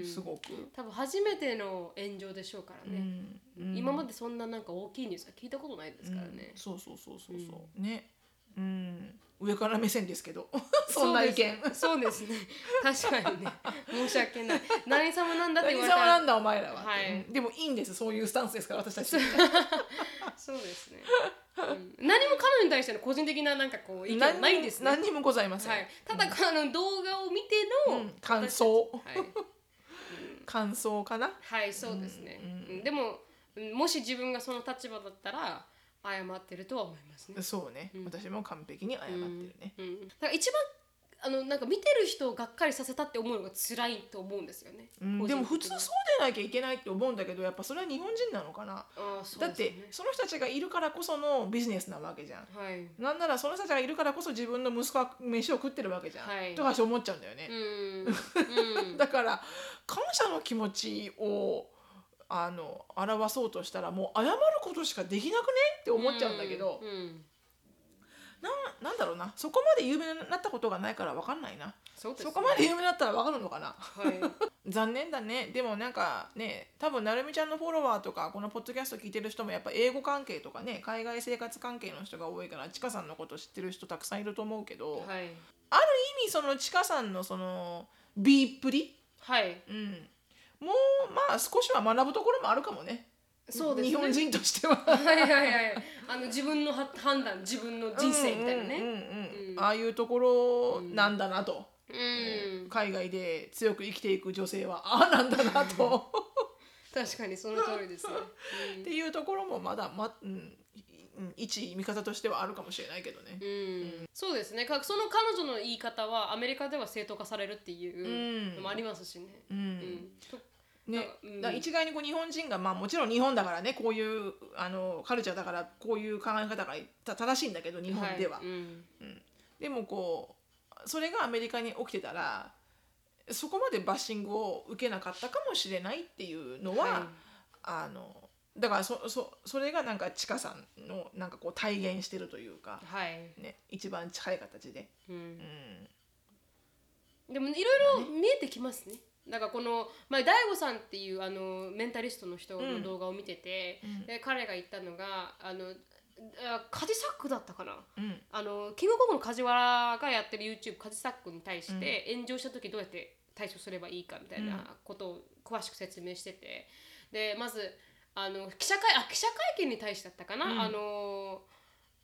A: う
B: うん
A: ん
B: すごく。
A: 多分初めての炎上でしょうからね、
B: うんうん
A: 今までそんななんか大きいニュースは聞いたことないですからね
B: うん、そうそうそうそうそう、ね、うん、上から目線ですけどそんな
A: うで
B: 意
A: す
B: 見
A: *laughs* そうですね確かにね申し訳ない何様なんだって
B: 何
A: 言われ
B: 様
A: たら
B: なんだお前らはって、
A: はい
B: うんでもいいんですそういうスタンスですから私たち
A: そうですね、うん、何も彼女に対しての個人的ななんかこう意見はないんですね
B: 何にもございません、
A: はい、ただ、あの動画を見ての、
B: うん感想
A: はい
B: 感想かな
A: はいそうですね、
B: うん
A: うんでもうんもし自分がその立場だったら謝ってるとは思いますね、
B: そうね、
A: うん
B: 私も完璧に謝ってるね、
A: うん、だから一番あのなんか見てる人をがっかりさせたって思うのが辛いと思うんですよね。
B: うん、でも普通そうでなきゃいけないって思うんだけどやっぱそれは日本人なのかな、
A: あーそう
B: だ
A: で
B: っ
A: すよ
B: て
A: ね
B: その人たちがいるからこそのビジネスなわけじゃん
A: はい、
B: なんならその人たちがいるからこそ自分の息子は飯を食ってるわけじゃん、
A: はい
B: とか私思っちゃうんだよね、 *laughs*
A: うん、うん、
B: だから感謝の気持ちをあの表そうとしたらもう謝ることしかできなくねって思っちゃうんだけど、
A: うんうん
B: なんなんだろうなそこまで有名になったことがないから分かんないな
A: そうです
B: そ
A: ね
B: こまで有名になったら分かるのかな
A: はい、
B: 残念だねでもなんかね多分なるみちゃんのフォロワーとかこのポッドキャスト聞いてる人もやっぱ英語関係とかね海外生活関係の人が多いからちかさんのこと知ってる人たくさんいると思うけど、
A: はい、
B: ある意味そのちかさんのそのビープリ
A: はい、
B: うん、もうまあ少しは学ぶところもあるかもね
A: そうですね。
B: 日本人としては
A: はいはいはい、あの自分のは判断、自分の *laughs* 人生みたいな
B: うん
A: ね。
B: うんうん
A: うん
B: ああいうところなんだなと、
A: うん、
B: 海外で強く生きていく女性はああなんだなと
A: 確かにその通りですね。
B: っていうところもまだ、まうん、うん一味方としてはあるかもしれないけどね
A: う。ん、うんそうですね。かその彼女の言い方はアメリカでは正当化されるっていうのもありますしね。
B: うん
A: うんと
B: ね
A: うん
B: だから一概にこう日本人が、まあ、もちろん日本だからねこういうあのカルチャーだからこういう考え方がた正しいんだけど日本では、
A: いうん
B: でもこうそれがアメリカに起きてたらそこまでバッシングを受けなかったかもしれないっていうのは、
A: はい
B: あのだからそそそれがなんかチカさんのなんかこう体現してるというか、
A: はい、
B: ね、一番近い形で、
A: う
B: うんん、
A: でもいろいろ見えてきますね。なんかこの前大悟さんっていうあのメンタリストの人の動画を見てて、
B: うん
A: で彼が言ったのがあのあカジサックだったかな
B: うん
A: あのキングコングの梶原がやってる YouTube カジサックに対して炎上した時どうやって対処すればいいかみたいなことを詳しく説明しててでまずあの記者会あ記者会見に対してだったかな、
B: うん
A: あの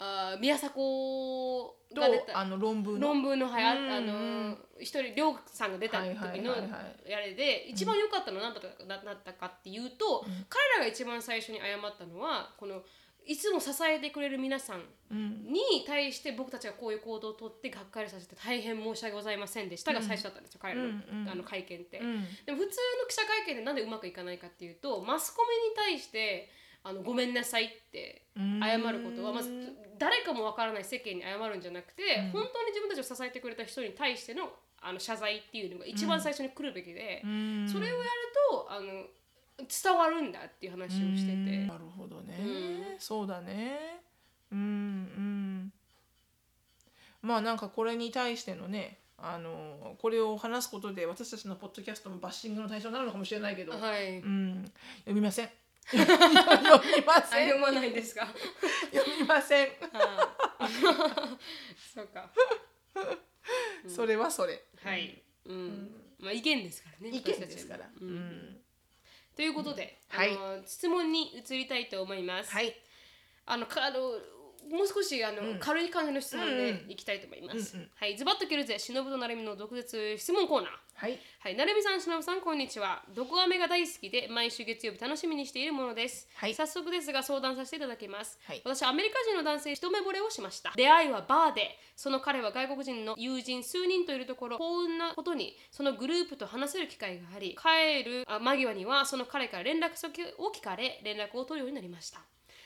A: あ宮迫
B: と
A: が出た
B: あの論文の
A: 論文のはや、
B: うん
A: あの一人りょうさんが出た時
B: はい
A: の
B: はいはいは
A: やれで一番良かったのは何だったかななったかっていうと、
B: うん
A: 彼らが一番最初に謝ったのはこのいつも支えてくれる皆さん
B: うん
A: に対して僕たちがこういう行動をとってがっかりさせて大変申し訳ございませんでしたが
B: うん
A: 最初だったんですよ、彼らの,、
B: うんうん
A: あの会見って。
B: うん
A: でも普通の記者会見でなんでうまくいかないかっていうとマスコミに対してあのごめんなさいって
B: うん
A: 謝ることはまず誰かもわからない世間に謝るんじゃなくて、
B: うん
A: 本当に自分たちを支えてくれた人に対してのあの謝罪っていうのが一番最初に来るべきで
B: う、ん
A: それをやるとあの伝わるんだっていう話をして
B: うん
A: て
B: なるほどね、
A: うん
B: そうだねうんうんまあなんかこれに対してのねあのこれを話すことで私たちのポッドキャストもバッシングの対象になるのかもしれないけど、
A: はい、
B: うん、読み
A: *laughs*
B: ません読みま
A: あ
B: せん
A: 読まないんですかはい
B: 読みません、
A: そうか
B: それはそれ
A: はい、うんまあ意見ですからね
B: 意見ですから、
A: 私たち
B: う
A: の
B: ん
A: うんということで、
B: うんはい
A: あの質問に移りたいと思います、
B: はい
A: あのかあのもう少しあの、
B: うん
A: 軽い感じの質問
B: うん
A: で
B: うん
A: いきたいと思います。
B: うんうん
A: はい、ズバッと切るぜ、しのぶとなるみの毒舌質問コーナー。
B: はい
A: はい、なるみさん、しのぶさん、こんにちは。毒アメが大好きで、毎週月曜日楽しみにしているものです。
B: はい
A: 早速ですが、相談させていただきます。
B: はい
A: 私、アメリカ人の男性、一目惚れをしました。出会いはバーで、その彼は外国人の友人数人といるところ、幸運なことに、そのグループと話せる機会があり、帰るあ間際には、その彼から連絡先を聞かれ、連絡を取るようになりました。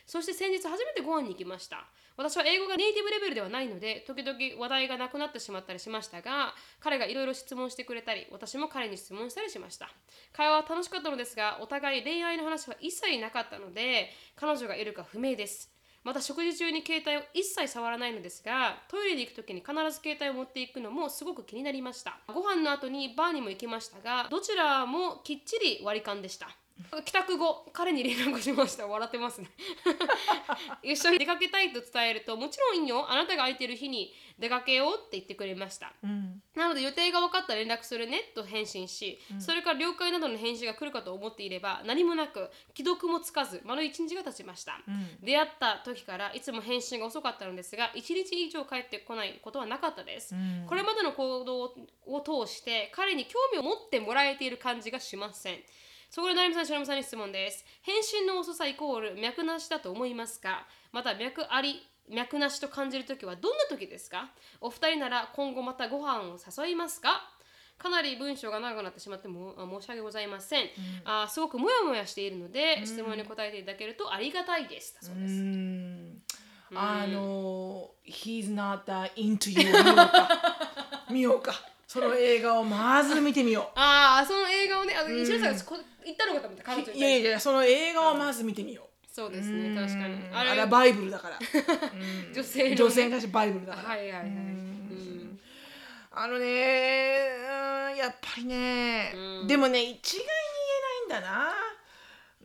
A: そして先日初めてご飯に行きました。私は英語がネイティブレベルではないので、時々話題がなくなってしまったりしましたが、彼がいろいろ質問してくれたり、私も彼に質問したりしました。会話は楽しかったのですが、お互い恋愛の話は一切なかったので、彼女がいるか不明です。また食事中に携帯を一切触らないのですがトイレに行く時に必ず携帯を持っていくのもすごく気になりましたご飯の後にバーにも行きましたがどちらもきっちり割り勘でした帰宅後彼に連絡しました笑ってますね一緒に出かけたいと伝えるともちろんいいよあなたが空いてる日に出かけようって言ってくれました
B: うん
A: なので予定が分かったら連絡するねと返信し、それから了解などの返信が来るかと思っていれば何もなく既読もつかず丸一日が経ちました、
B: うん
A: 出会った時からいつも返信が遅かったのですが1日以上帰ってこないことはなかったです、
B: うん
A: これまでの行動を通して彼に興味を持ってもらえている感じがしませんそこで成美さん、白山さんに質問です。返信の遅さイコール脈なしだと思いますかまた脈あり脈なしと感じる時はどんな時ですかお二人なら今後またご飯を誘いますかかなり文章が長くなってしまってもあ申し訳ございません、あすごくモヤモヤしているので、
B: うん
A: 質問に答えていただけるとありがたいですだそうです、
B: ん
A: うん
B: あの「He's not that into you」見ようか見ようかその映画をまず見てみよ
A: ああその映画をねあの
B: うん
A: 石田さんがこ言ったのかと思って彼女に
B: う
A: 対して
B: いやいやいやその映画をまず見てみよ
A: そう
B: う
A: ですね確かに
B: うん
A: あ
B: あ
A: れ
B: れはバイブルだ
A: *laughs*
B: からうん
A: 女性のね
B: 女性がしバイブルだから
A: はいはいはい、う
B: うん
A: ん
B: あのねうんやっぱりね
A: うん
B: でもね一概に言えないんだな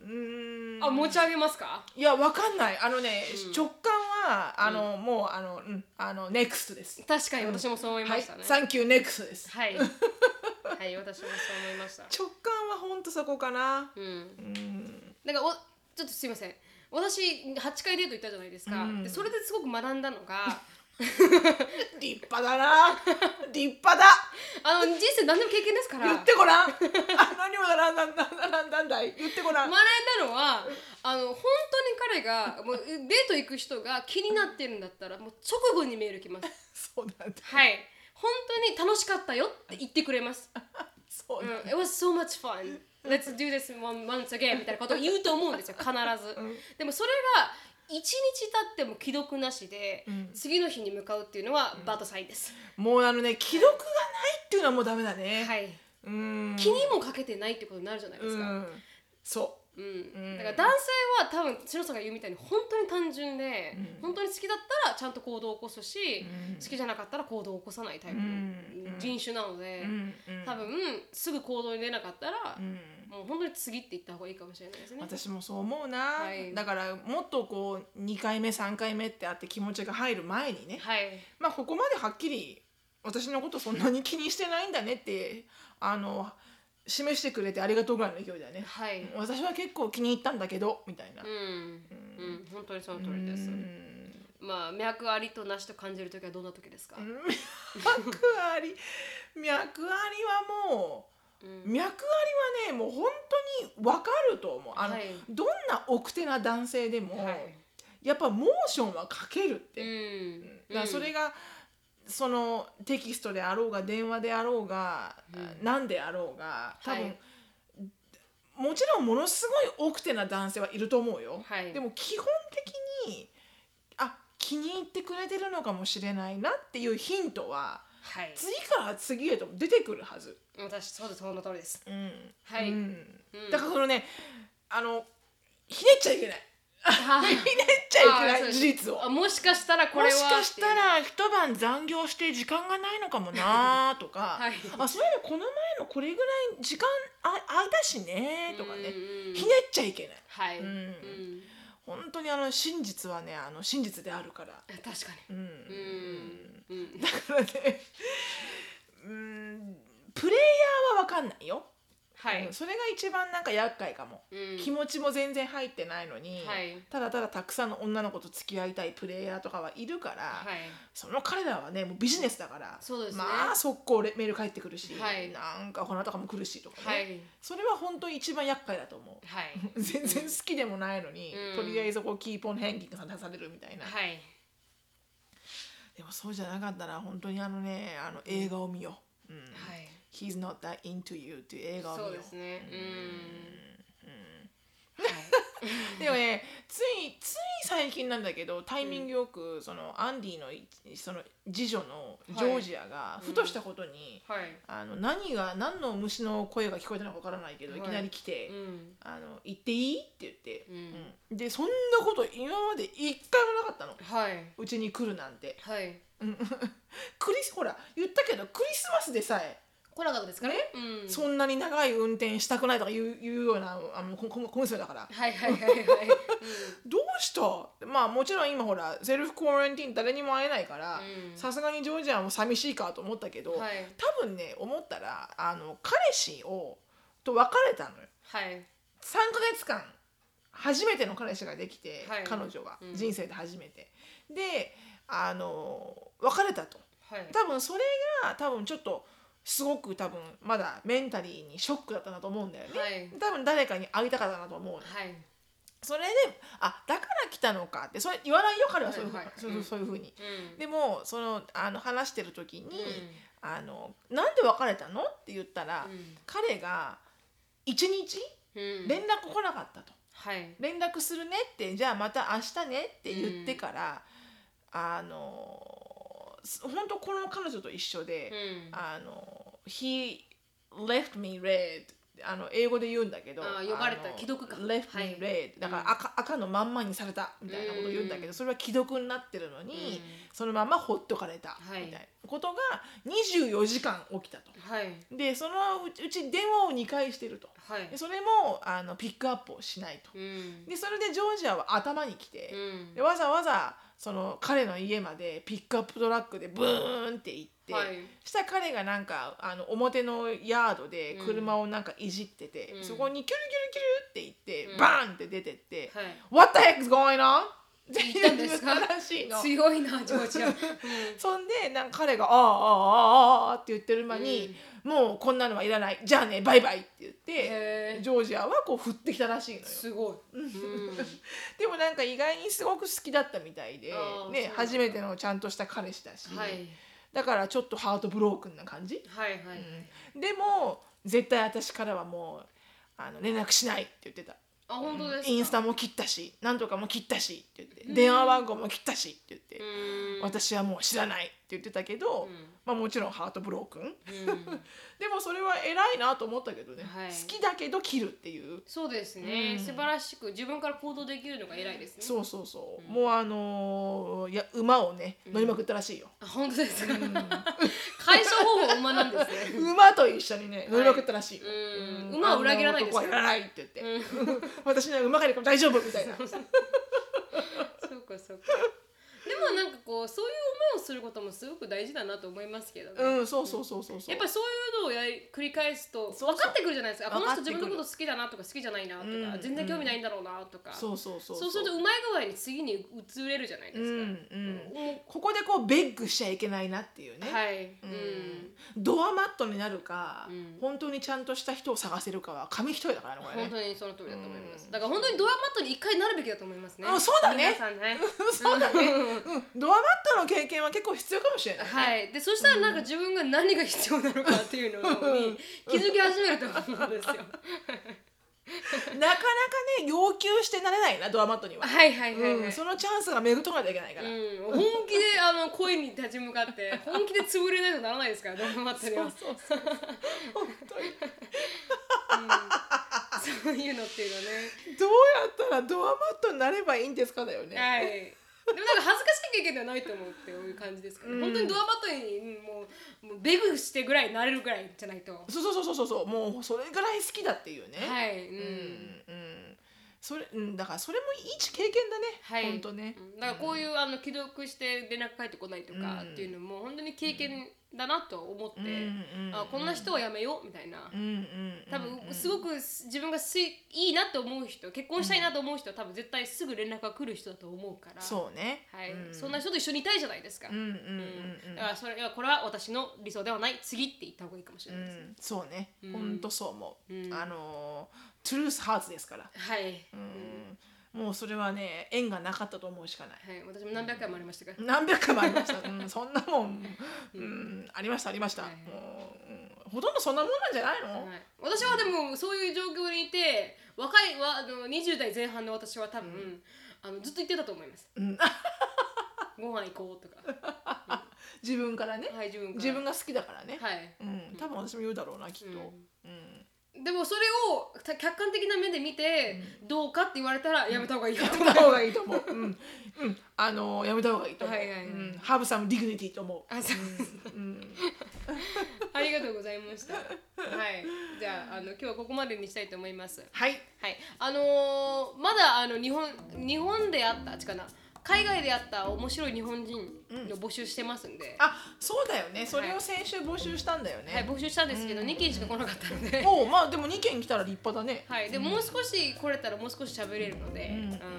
B: うん
A: あ持ち上げますか
B: いやわかんないあのね、
A: うん
B: 直感はあの、もうあのうんあのネクストです
A: 確かに私もそう思いま
B: はい
A: したね、
B: サンキューネクストです
A: はいはい私もそう思いました
B: 直感はほんとそこかな
A: うん
B: うん
A: なんかおちょっとすいません私8回デート行ったじゃないですか、
B: うん
A: でそれですごく学んだのが *laughs*
B: 立派だな立派だ
A: あの人生何でも経験ですから
B: 言ってごらんあ何を並んだんだ並んだんだい言ってごらん、
A: 学んだのはあの本当に彼がもうデート行く人が気になってるんだったらもう直後にメール来ます
B: そうなんだ
A: はい本当に楽しかったよって言ってくれます
B: そう
A: う
B: なんだ、
A: ん、It was so much fun. Let's do this one once again みたいなことを言うと思うんですよ、必ず。でもそれが1日経っても既読なしで、
B: うん
A: 次の日に向かうっていうのはバッドサインです。
B: もうあのね既読がないっていうのはもうダメだね、
A: はい。
B: うん
A: 気にもかけてないってことになるじゃないで
B: う
A: すか。
B: んそ
A: うん
B: うん
A: だから男性は多分白さんが言うみたいに本当に単純で、
B: うん
A: 本当に好きだったらちゃんと行動を起こすし、
B: うん
A: 好きじゃなかったら行動を起こさないタイプ
B: う
A: の
B: ん
A: 人種なの
B: う、
A: で、
B: うんうん
A: 多分すぐ行動に出なかったら、
B: うん
A: もう本当に次って言った方がいいかもしれないですね。
B: 私もそう思うな、
A: はい
B: だからもっとこう2回目3回目ってあって気持ちが入る前にね、
A: はい。
B: まあここまではっきり私のことそんなに気にしてないんだねってあの示してくれてありがとうぐらいの勢いだよね、
A: はい。
B: 私は結構気に入ったんだけどみたいな、
A: うん。うん、本当にその通り
B: う
A: です。
B: ん
A: まあ、脈ありとなしと感じる時はどんな時ですか。
B: 脈あり脈ありはも
A: う。
B: うん脈ありはねもう本当に分かると思うあの、
A: はい
B: どんな奥手な男性でも、
A: はい。
B: やっぱモーションはかけるって、
A: うん。
B: だからそれ
A: が。
B: がそのテキストであろうが電話であろうが、
A: うん
B: 何であろうが多分、
A: はい
B: もちろんものすごい奥手な男性はいると思うよ、
A: はい
B: でも基本的にあ気に入ってくれてるのかもしれないなっていうヒントは
A: はい。
B: 次から次へと出てくるはず、
A: 私、そうです、その通りです。
B: うん
A: はい
B: うん
A: うん
B: だからそのねあのひねっちゃいけない
A: *laughs*
B: *laughs*
A: はい。
B: ひねっちゃいけ
A: あ
B: な
A: ー
B: い事実を
A: あ、もしかしたら、これは。
B: もしかした。ら一晩残業して時間がないのかも
A: *laughs*
B: なとか、
A: はい
B: あそういえばこの前のこれぐらい時間あ空いたしねとかね、
A: うん
B: ひねっちゃいけない
A: はい。
B: うん
A: うん。
B: 本当にあの真実はねあの真実であるから、
A: あ確か
B: うん
A: に。うん。うん。
B: だからねうんプレイヤーは分かんないよ、
A: はい。
B: うんそれが一番なんか厄介かも、
A: うん
B: 気持ちも全然入ってないのに、
A: はい
B: ただただたくさんの女の子と付き合いたいプレイヤーとかはいるから、
A: はい。
B: その彼らはねもうビジネスだから
A: そうですね
B: まあ速攻レメール返ってくるし、
A: はい
B: なんか粉とかも来るしとかね、
A: はい。
B: それは本当に一番厄介だと思う *laughs*
A: はい。
B: 全然好きでもないのに、
A: うん
B: とりあえずこうキーポン変ンが出されるみたいな、
A: はい。
B: でもそうじゃなかったら本当にあのねあの映画を見よう、うん
A: はい。
B: He's not that into you っていう映画を見よ
A: そう
B: う
A: ですね。うん。
B: でもねついつい最近なんだけどタイミングよくそのアンディのいその次女のジョージアがふとしたことに、
A: はい。はい。
B: あの何が何の虫の声が聞こえたのかわからないけど、
A: はい
B: い、きなり来て、
A: うん。
B: あの「行っていい?」って言って、
A: うん
B: うんでそんなこと今まで一回もなかったの
A: はい。
B: うちに来るなん *laughs* て
A: はい。
B: クリスほら言ったけどクリスマスでさえ、
A: 来なかったですかね。うん。
B: そんなに長い運転したくないとか言う言うようなあのここ小娘だから
A: はいはいはいはい。
B: どうしたまあもちろん今ほらセルフコアレンティーン誰にも会えないから
A: うん
B: さすがにジョージアも寂しいかと思ったけど、
A: はい
B: 多分ね思ったらあの彼氏をと別れたのよ。
A: はい。
B: 3ヶ月間初めての彼氏ができて、
A: はい
B: 彼女は、
A: うん
B: 人生で初めてであの別れたと
A: はい。
B: 多分それが多分ちょっとすごく多分まだメンタリーにショックだったなと思うんだよね、
A: はい
B: 多分誰かに会いたかったなと思うの
A: はい。
B: それであだから来たのかってそれ言わないよ彼はそういうふう
A: はいはい
B: そういうそういうふうに。
A: うん
B: でもそのあの話してる時に、
A: うん
B: あの「なんで別れたの?」って言ったら、彼が1日
A: うん
B: 連絡来なかったと。
A: はい
B: 連絡するねってじゃあまた明日ねって言ってから、あのす本当この彼女と一緒
A: う
B: で、
A: ん
B: あの he left me red あの英語で言うんだけど
A: あー呼ばれた
B: あの
A: 既読か
B: left
A: はい
B: me red、だから赤,、赤のまんまにされたみたいなこと言うんだけど、
A: うん
B: それは既読になってるのに、
A: うん
B: そのままほっとかれたみ
A: は
B: た
A: い
B: いなことが24時間起きたと。
A: はい
B: でそのうちうち電話を2回してると。
A: は
B: で
A: い
B: それもあのピックアップをしないと。
A: うん
B: でそれでジョージアは頭に来て、
A: うん
B: でわざわざその彼の家までピックアップトラックでブーンって行って、
A: はい
B: したら彼がなんかあの表のヤードで車をなんかいじってて、
A: うん
B: そこにキュルキュルキュルって行って、
A: うん
B: バーンって出てって「
A: はい
B: What the heck's going on?」って
A: 言ったん
B: い
A: で
B: う
A: すか
B: 話の。
A: 強いなジョージアうん
B: そんでなんか彼が「ああああああ」って言ってる間に、もうこんなのはいらないじゃあねバイバイ」って言って
A: へ
B: ジ
A: ー
B: ョージアはこう振ってきたらしいのよ。
A: すごいうん
B: でもなんか意外にすごく好きだったみたいで
A: あ、ーそうな
B: ね
A: ん、だ
B: 初めてのちゃんとした彼氏だし、
A: はい
B: だからちょっとハートブロークンな感じ、
A: はいはい
B: うんでも絶対私からはもうあの連絡しないって言ってた
A: あ本当ですか
B: インスタも切ったし何とかも切ったしって言って電話番号も切ったしって言って、
A: うん
B: 私はもう知らないって言ってたけど、
A: うん
B: まあ、もちろんハートブロークン
A: うん
B: でもそれは偉いなと思ったけどね、
A: はい
B: 好きだけど切るっていう
A: そうですね、
B: うん
A: 素晴らしく自分から行動できるのが偉いですね
B: そうそうそう、
A: うん
B: もうあのーいや馬をね乗りまくったらしいよ、
A: あ本当ですか、
B: うん
A: 解消方法馬なんですね
B: 馬と一緒にね乗りまくったらしいよ、
A: うん
B: うん
A: 馬を裏切らないんです
B: あん男はいらないって言って、 *laughs* 私には馬がいるから大丈夫みたいな
A: *laughs* そうかそうかでもなんかこうそういう思いをすることもすごく大事だなと思いますけどね、
B: うんそうそうそうそうそう
A: やっぱりそういうのをやり繰り返すと
B: そうそう
A: 分かってくるじゃないですかあこの人
B: 分かって
A: 自
B: くる
A: 分のこと好きだなとか好きじゃないなとか、
B: うん
A: 全然興味ないんだろうなとか、
B: そうそうそう
A: そうするとうまい具合に次に移れるじゃないで
B: うんう
A: すか、
B: ん
A: も
B: ここでこうベッグしちゃいけないなっていう
A: う
B: ね、
A: はい、う
B: うん
A: ん
B: ドアマットになるか、
A: うん
B: 本当にちゃんとした人を探せるかは紙一重だからねこれ
A: 本
B: ね
A: 当にその通りだと思います、
B: うん
A: だから本当にドアマットに一回なるべきだと思いますね
B: あそうだね
A: 皆さんね
B: *laughs* そうだね、うん、ドアマットの経験は結構必要かもしれない、
A: はい、でそしたらなんか自分が何が必要なのかっていうのに気づき始めると思うんですよ。
B: なかなかね要求してなれないなドアマットには、
A: *laughs* はいはいはいはい。う
B: うんん、そのチャンスが巡っとかなきゃいけないから、
A: 本気であの恋に立ち向かって *laughs* 本気で潰れないとならないですからドラマって
B: そ
A: は
B: うそうそう本当に
A: そういうのっていうのはね
B: どうやったらドアマットになればいいんですかだよね、
A: はいでもなんか恥ずかしい経験ではないと思うっていう感じですから、
B: うん
A: 本当にドアマットにもうもうベグしてぐらいなれるぐらいじゃないとは
B: そうそうそうそうそうもうそれぐらい好きだっていうね、
A: い、う
B: うんんうんそれうんだからそれもいい経験だね、
A: はい、
B: ほんとね
A: うんだからこういう、あの既読して連絡返ってこないとかっていうのも本当に経験だなと思って、あこんな人はやめようみたいな
B: うんうんうん
A: 多分すご
B: く
A: く自分がすいいいなと思う人結婚したいなと思う人は多分絶対すぐ連絡が来る人だと思うから
B: そうね
A: はい
B: うん
A: そんな人と一緒にいたいじゃないですか、
B: うんうんうん
A: う
B: うん
A: だからそれはこれは私の理想ではない次って言った方がいいかもし
B: う
A: れないですね、
B: んそうね
A: うん
B: ほんとそう思う
A: うん
B: あのトゥルースハーツですから
A: はい、はい
B: うんもうそれはね縁がなかったと思うしかない
A: 私も何百回もありましたから、
B: 何百回もありました、うん、そんなもん、うん、ありましたありました、
A: はいはい
B: もう、うんほとんどそんなもんなんじゃないの、
A: はい、私はでもそういう状況にいて若いわあの20代前半の私は多分、あのずっと言ってたと思います
B: うん、
A: *laughs* ご飯行こうとか
B: 自分からね
A: はい自分から
B: 自分が好きだからね、
A: はい、
B: うん、多分私も言うだろうなきっと、うん
A: でもそれをた客観的な目で見て、どうかって言われたらやめた方がいいよと
B: やめた方がいいと思う、うん *laughs* うん、あのやめた方がいいと思う、
A: はいはいはい
B: うん、ハーブさんもディグニティと思う
A: あそう
B: うん、
A: *laughs* ありがとうございました。はい、じゃああの今日はここまでにしたいと思います。
B: はい
A: はい、あのーまだあの日本日本であった違うかな海外であった面白い日本人の募集してますんで、
B: あそうだよねそれを先週募集したんだよ
A: はい
B: ね、
A: 募集したんですけど、2件しか来なかったので。
B: おうまあでも2件来たら立派だね、
A: はい、でもう少し来れたらもう少し喋れるので、う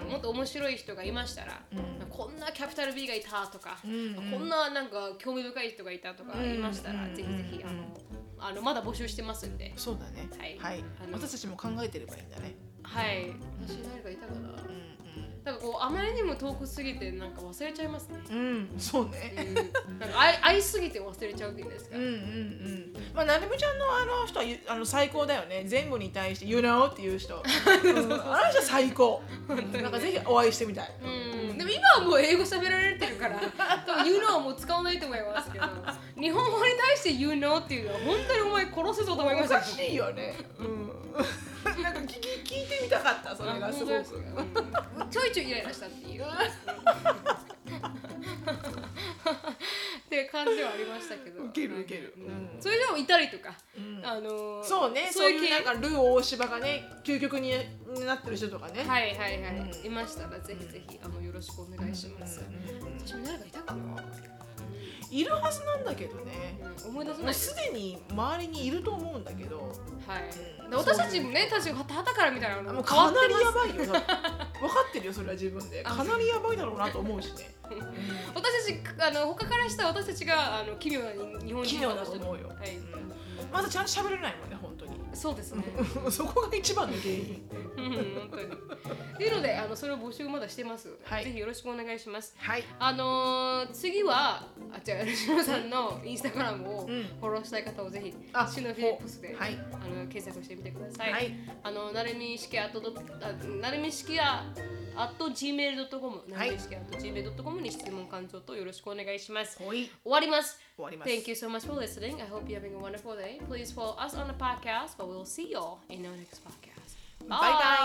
A: んもっと面白い人がいましたら、こんなキャピタル B がいたとか、こんななんか興味深い人がいたとかいましたら、ぜひぜひあのあのまだ募集してますんで、
B: そうだね
A: はい
B: はい
A: あの
B: 私たちも考えてればいいんだね
A: はい私誰かいたかな
B: う
A: なんかこうあまりにも遠くすぎてなんか忘れちゃいますね
B: んうん、うん、そう
A: う
B: ね
A: んなんか愛愛すぎて忘れちゃうっていうんですか、
B: うんうんうんまあなるみちゃんのあの人はゆあの最高だよね前後に対して「You know」っていう人、うんあの人最高なんかぜひお会いしてみたい
A: うんでも今はもう英語喋られてるから多分 You know はもう使わないと思いますけど日本語に対して You know っていうのは本当にお前殺せそうと思いま
B: お
A: した
B: かしいよね、うん、なんか聞き聞いてみたかったそれがすご
A: あ
B: く。
A: 本当ですかうんちょいちょいイライラしたっていう。っていう感じはありましたけど。
B: ウケるウケる
A: うん
B: うん
A: それでもいたりとか、
B: うん
A: あのー
B: そうね、そういう
A: 系
B: なんかルー大芝がね、究極になってる人とかね。
A: はいはいはい、
B: うん
A: いましたらぜひぜひあのよろしくお願いします。
B: うん
A: 私も誰かいたかな。
B: いるはずなんだけどね。
A: うん思い出せ
B: も
A: な
B: う
A: い。
B: すでに周りにいると思うんだけど、
A: はい。で私たちもね、確か旗から見たらあの
B: もう
A: 変わ
B: か
A: っ
B: な
A: て
B: り
A: ます
B: やばいよ。だって分かってるよ、それは自分で。
A: あ
B: かなりやばいだろうなと思うしね。
A: 私たちあの他からしたら私たちがあの奇妙な日本人
B: 奇妙だと思うよ。
A: はい、
B: うんまだちゃんと喋れないもんね、本当に。
A: そうですね。
B: *laughs* そこが一番の原因。
A: うん本当に。っていうので、あのそれを募集まだしてますので、
B: はい
A: ぜひよろしくお願いします。
B: はい。
A: あのー次はあ違う吉野さんのインスタグラムをフ
B: うん
A: ォローしたい方をぜひ、
B: あ
A: シノフィリップスで、
B: はい
A: あの検索してみてください。
B: はい。
A: あのなるみ式アットドあなるみ式アット gmail.com なるみ式アット gmail.com に質問感想とよろしくお願いします。
B: ほい。
A: 終わります。
B: 終わります。
A: Thank you so much for listening. I hope you're having a wonderful day. Please follow us on the podcast, but we'll see you all in our next podcast.
B: Bye bye.